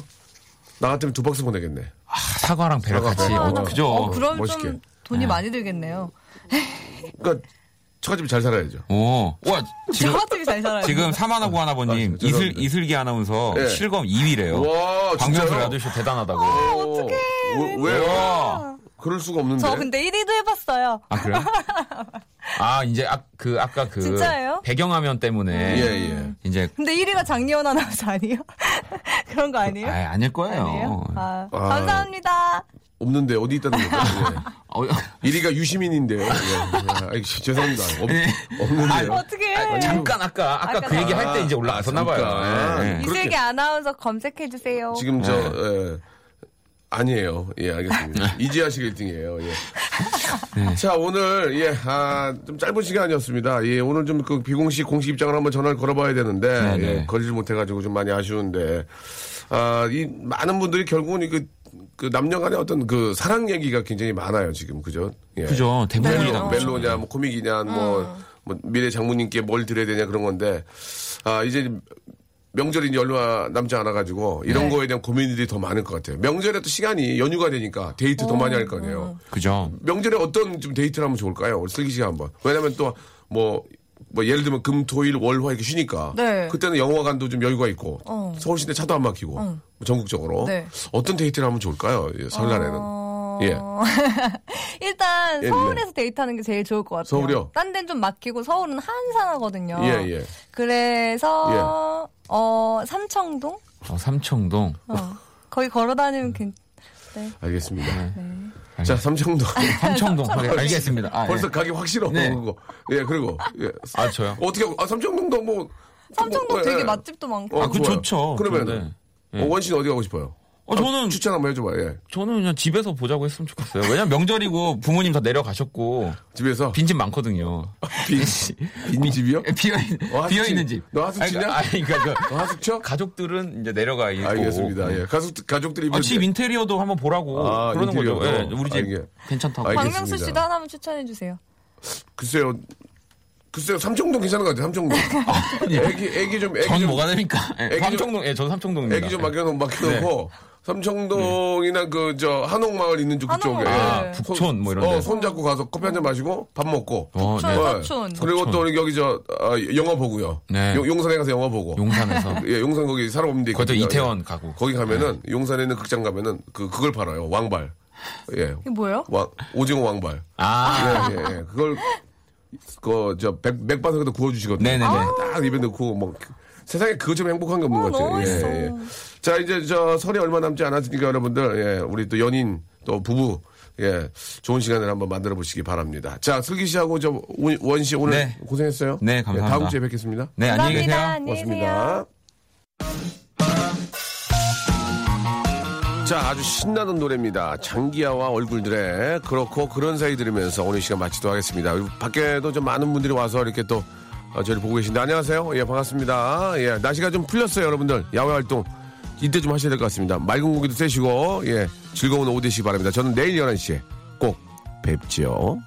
S1: 나 같으면 두 박스 보내겠네.
S9: 아, 사과랑 배랑
S1: 사과,
S9: 같이
S1: 배.
S9: 어, 그죠?
S5: 어, 그럼
S1: 멋있게.
S5: 좀 돈이
S9: 예.
S5: 많이 들겠네요.
S1: 그러니까 처가집 잘 살아야죠.
S9: 오, 와 어. 지금
S5: 저같으면 잘 살아요.
S9: 지금 사만하고 하나버님 이슬 이슬기 아나운서
S1: 아, 예.
S9: 실검 2위래요.
S1: 와,
S9: 네. 방명수
S1: 진짜요?
S9: 라디오쇼 대단하다고.
S1: 어떻게?
S9: 네.
S1: 왜요? 그럴 수가 없는데.
S5: 저 근데 1위도 해봤어요.
S9: 아 그래요? 아 이제 아, 그 아까 그
S5: 진짜예요?
S9: 배경화면 때문에
S1: 예, 예.
S9: 이제
S5: 근데 1위가 장리연 아나운서 아니에요? [LAUGHS] 그런 거 아니에요?
S9: 아 아닐 거예요.
S5: 아니에요? 아,
S1: 아.
S5: 감사합니다.
S1: 없는데 어디 있다는 [LAUGHS] 거예요?
S9: 어,
S5: 아.
S1: 예. 1위가 유시민인데요. 예. 예. 아, 죄송합니다. 없,
S9: 네.
S1: 없는데요.
S5: 어떻게
S9: 아, 잠깐 아까 아까 그 얘기 할 때 이제 올라왔었나 봐요.
S1: 잠깐.
S9: 예, 예.
S5: 이슬기 아나운서 검색해주세요.
S1: 지금 저
S9: 네.
S1: 예. 아니에요. 예,
S9: [LAUGHS]
S1: 알겠습니다. 이지아 씨가 1등이에요. 예.
S9: 네.
S1: 자, 오늘 예, 아, 좀 짧은 시간이었습니다. 예, 오늘 좀 그 비공식 공식 입장을 한번 전화를 걸어봐야 되는데
S9: 네네.
S1: 예, 걸질 못해가지고 좀 많이 아쉬운데 아, 이 많은 분들이 결국은 이그 그 남녀간의 어떤 그 사랑 얘기가 굉장히 많아요 지금 그죠? 예.
S9: 그죠. 대부분이
S1: 멜로,
S9: 다 그렇죠.
S1: 멜로냐, 뭐 코믹이냐, 뭐, 뭐 미래 장모님께 뭘 드려야 되냐 그런 건데 아 이제 명절이 이제 얼마 남지 않아 가지고 이런 거에 대한 고민들이 더 많을 것 같아요. 명절에 또 시간이 연휴가 되니까 데이트 더 많이 할 거 아니에요.
S9: 그죠.
S1: 명절에 어떤 좀 데이트를 하면 좋을까요? 우리 슬기 씨가 한번. 왜냐면 또 뭐. 뭐 예를 들면 금, 토, 일, 월, 화 이렇게 쉬니까
S5: 네.
S1: 그때는 영화관도 좀 여유가 있고
S5: 어.
S1: 서울시내 차도 안 막히고
S5: 응.
S1: 전국적으로
S5: 네.
S1: 어떤 데이트를 하면 좋을까요? 예, 설날에는
S5: 어,
S1: 예.
S5: [LAUGHS] 일단
S1: 예,
S5: 서울에서 데이트하는 게 제일 좋을 것 같아요.
S1: 서울이요?
S5: 딴 데는 좀 막히고 서울은 한산하거든요.
S1: 예, 예.
S5: 그래서 어 삼청동
S9: 어, 삼청동.
S1: [LAUGHS]
S5: 어, 거기 걸어 다니면 괜. 네.
S1: 알겠습니다.
S5: 네.
S1: 자, 삼청동.
S9: 삼청동. 네, 알겠습니다. 아, 예.
S1: 벌써 가기 확실하고 그거. 예, 그리고 예.
S9: 아, 저요?
S1: 어떻게 아 삼청동도 뭐
S5: 삼청동
S1: 어,
S5: 되게
S1: 예.
S5: 맛집도 많고.
S1: 어,
S9: 아, 그
S1: 좋아요.
S9: 좋죠.
S1: 그러면은
S9: 좋은데.
S1: 어, 원 씨는 어디 가고 싶어요?
S9: 어, 저는
S1: 추천 한번 해줘봐요. 예.
S9: 저는 그냥 집에서 보자고 했으면 좋겠어요. 왜냐면 명절이고 부모님 다 내려가셨고
S1: 집에서
S9: 빈집 많거든요.
S1: [LAUGHS]
S9: 예,
S1: 빈 집이요?
S9: 비어 비어 있는 집.
S1: 너 하숙집이냐?
S9: 아니 그러니까 그
S1: 너 하숙처?
S9: 가족들은 이제 내려가 있고.
S1: 알겠습니다. 예. 가족 가족들이
S9: 아, 집 인테리어도 한번 보라고
S1: 아,
S9: 그러는 거죠. 예,
S1: 인테리어도.
S9: 우리 집
S1: 알겠-
S9: 괜찮다고.
S1: 예, 알겠습니다.
S5: 박명수 씨도 하나만 추천해 주세요.
S1: 글쎄요. 글쎄요. 삼청동 괜찮은 것 같아요. 삼청동. 애기 애기 좀 애기
S9: 예. 전
S1: 좀
S9: 뭐가 됩니까? 예,
S1: 애기 좀-
S9: 삼청동, 예, 저는 삼청동입니다.
S1: 애기 좀
S9: 네.
S1: 맡겨놓고 맡겨놓고 삼청동이나 그 저 한옥마을 있는 쪽 그쪽에
S9: 아, 북촌 뭐 이런
S1: 어,
S9: 데.
S1: 손 잡고 가서 커피 한 잔 마시고 밥 먹고
S9: 어, 북촌,
S1: 네.
S5: 서촌.
S1: 그리고 또 여기 저 아, 영화 보고요
S9: 네.
S1: 용, 산에 가서 영화 보고
S9: 용산에서.
S5: 그
S1: 예 용산 거기 사람 없는데
S9: 거기도 이태원 가고.
S1: 예.
S9: 네.
S1: 거기 가면은 용산에 있는 극장 가면은 그 그걸 팔아요 왕발 예
S5: 이게 뭐예요?
S1: 왕- 오징어 왕발
S9: 아.
S1: 예, 예, 예. 그걸 그저 맥반석에다 구워주시거든요.
S9: 네네네.
S1: 딱 입에 넣고 뭐 세상에 그거 좀 행복한 게 없는 것 같아요. 예,
S5: 너무 맛있어.
S1: 자 이제 저 설이 얼마 남지 않았으니까 여러분들 예, 우리 또 연인 또 부부 예 좋은 시간을 한번 만들어 보시기 바랍니다. 자 슬기 씨하고 저원 씨 오늘
S9: 네.
S1: 고생했어요.
S9: 네,
S1: 예,
S9: 감사합니다.
S1: 다음 주에 뵙겠습니다.
S9: 네, 안녕히
S5: 감사합니다.
S9: 계세요.
S5: 안녕히 계세요.
S1: 고맙습니다. 자, 아주 신나는 노래입니다. 장기야와 얼굴들의 그렇고 그런 사이 들으면서 오늘 시간 마치도록 하겠습니다. 밖에도 좀 많은 분들이 와서 이렇게 또 어, 저를 보고 계신데 안녕하세요. 예, 반갑습니다. 예, 날씨가 좀 풀렸어요, 여러분들. 야외 활동 이때 좀 하셔야 될 것 같습니다. 맑은 공기도 쐬시고 예, 즐거운 오후 되시기 바랍니다. 저는 내일 11시에 꼭 뵙지요.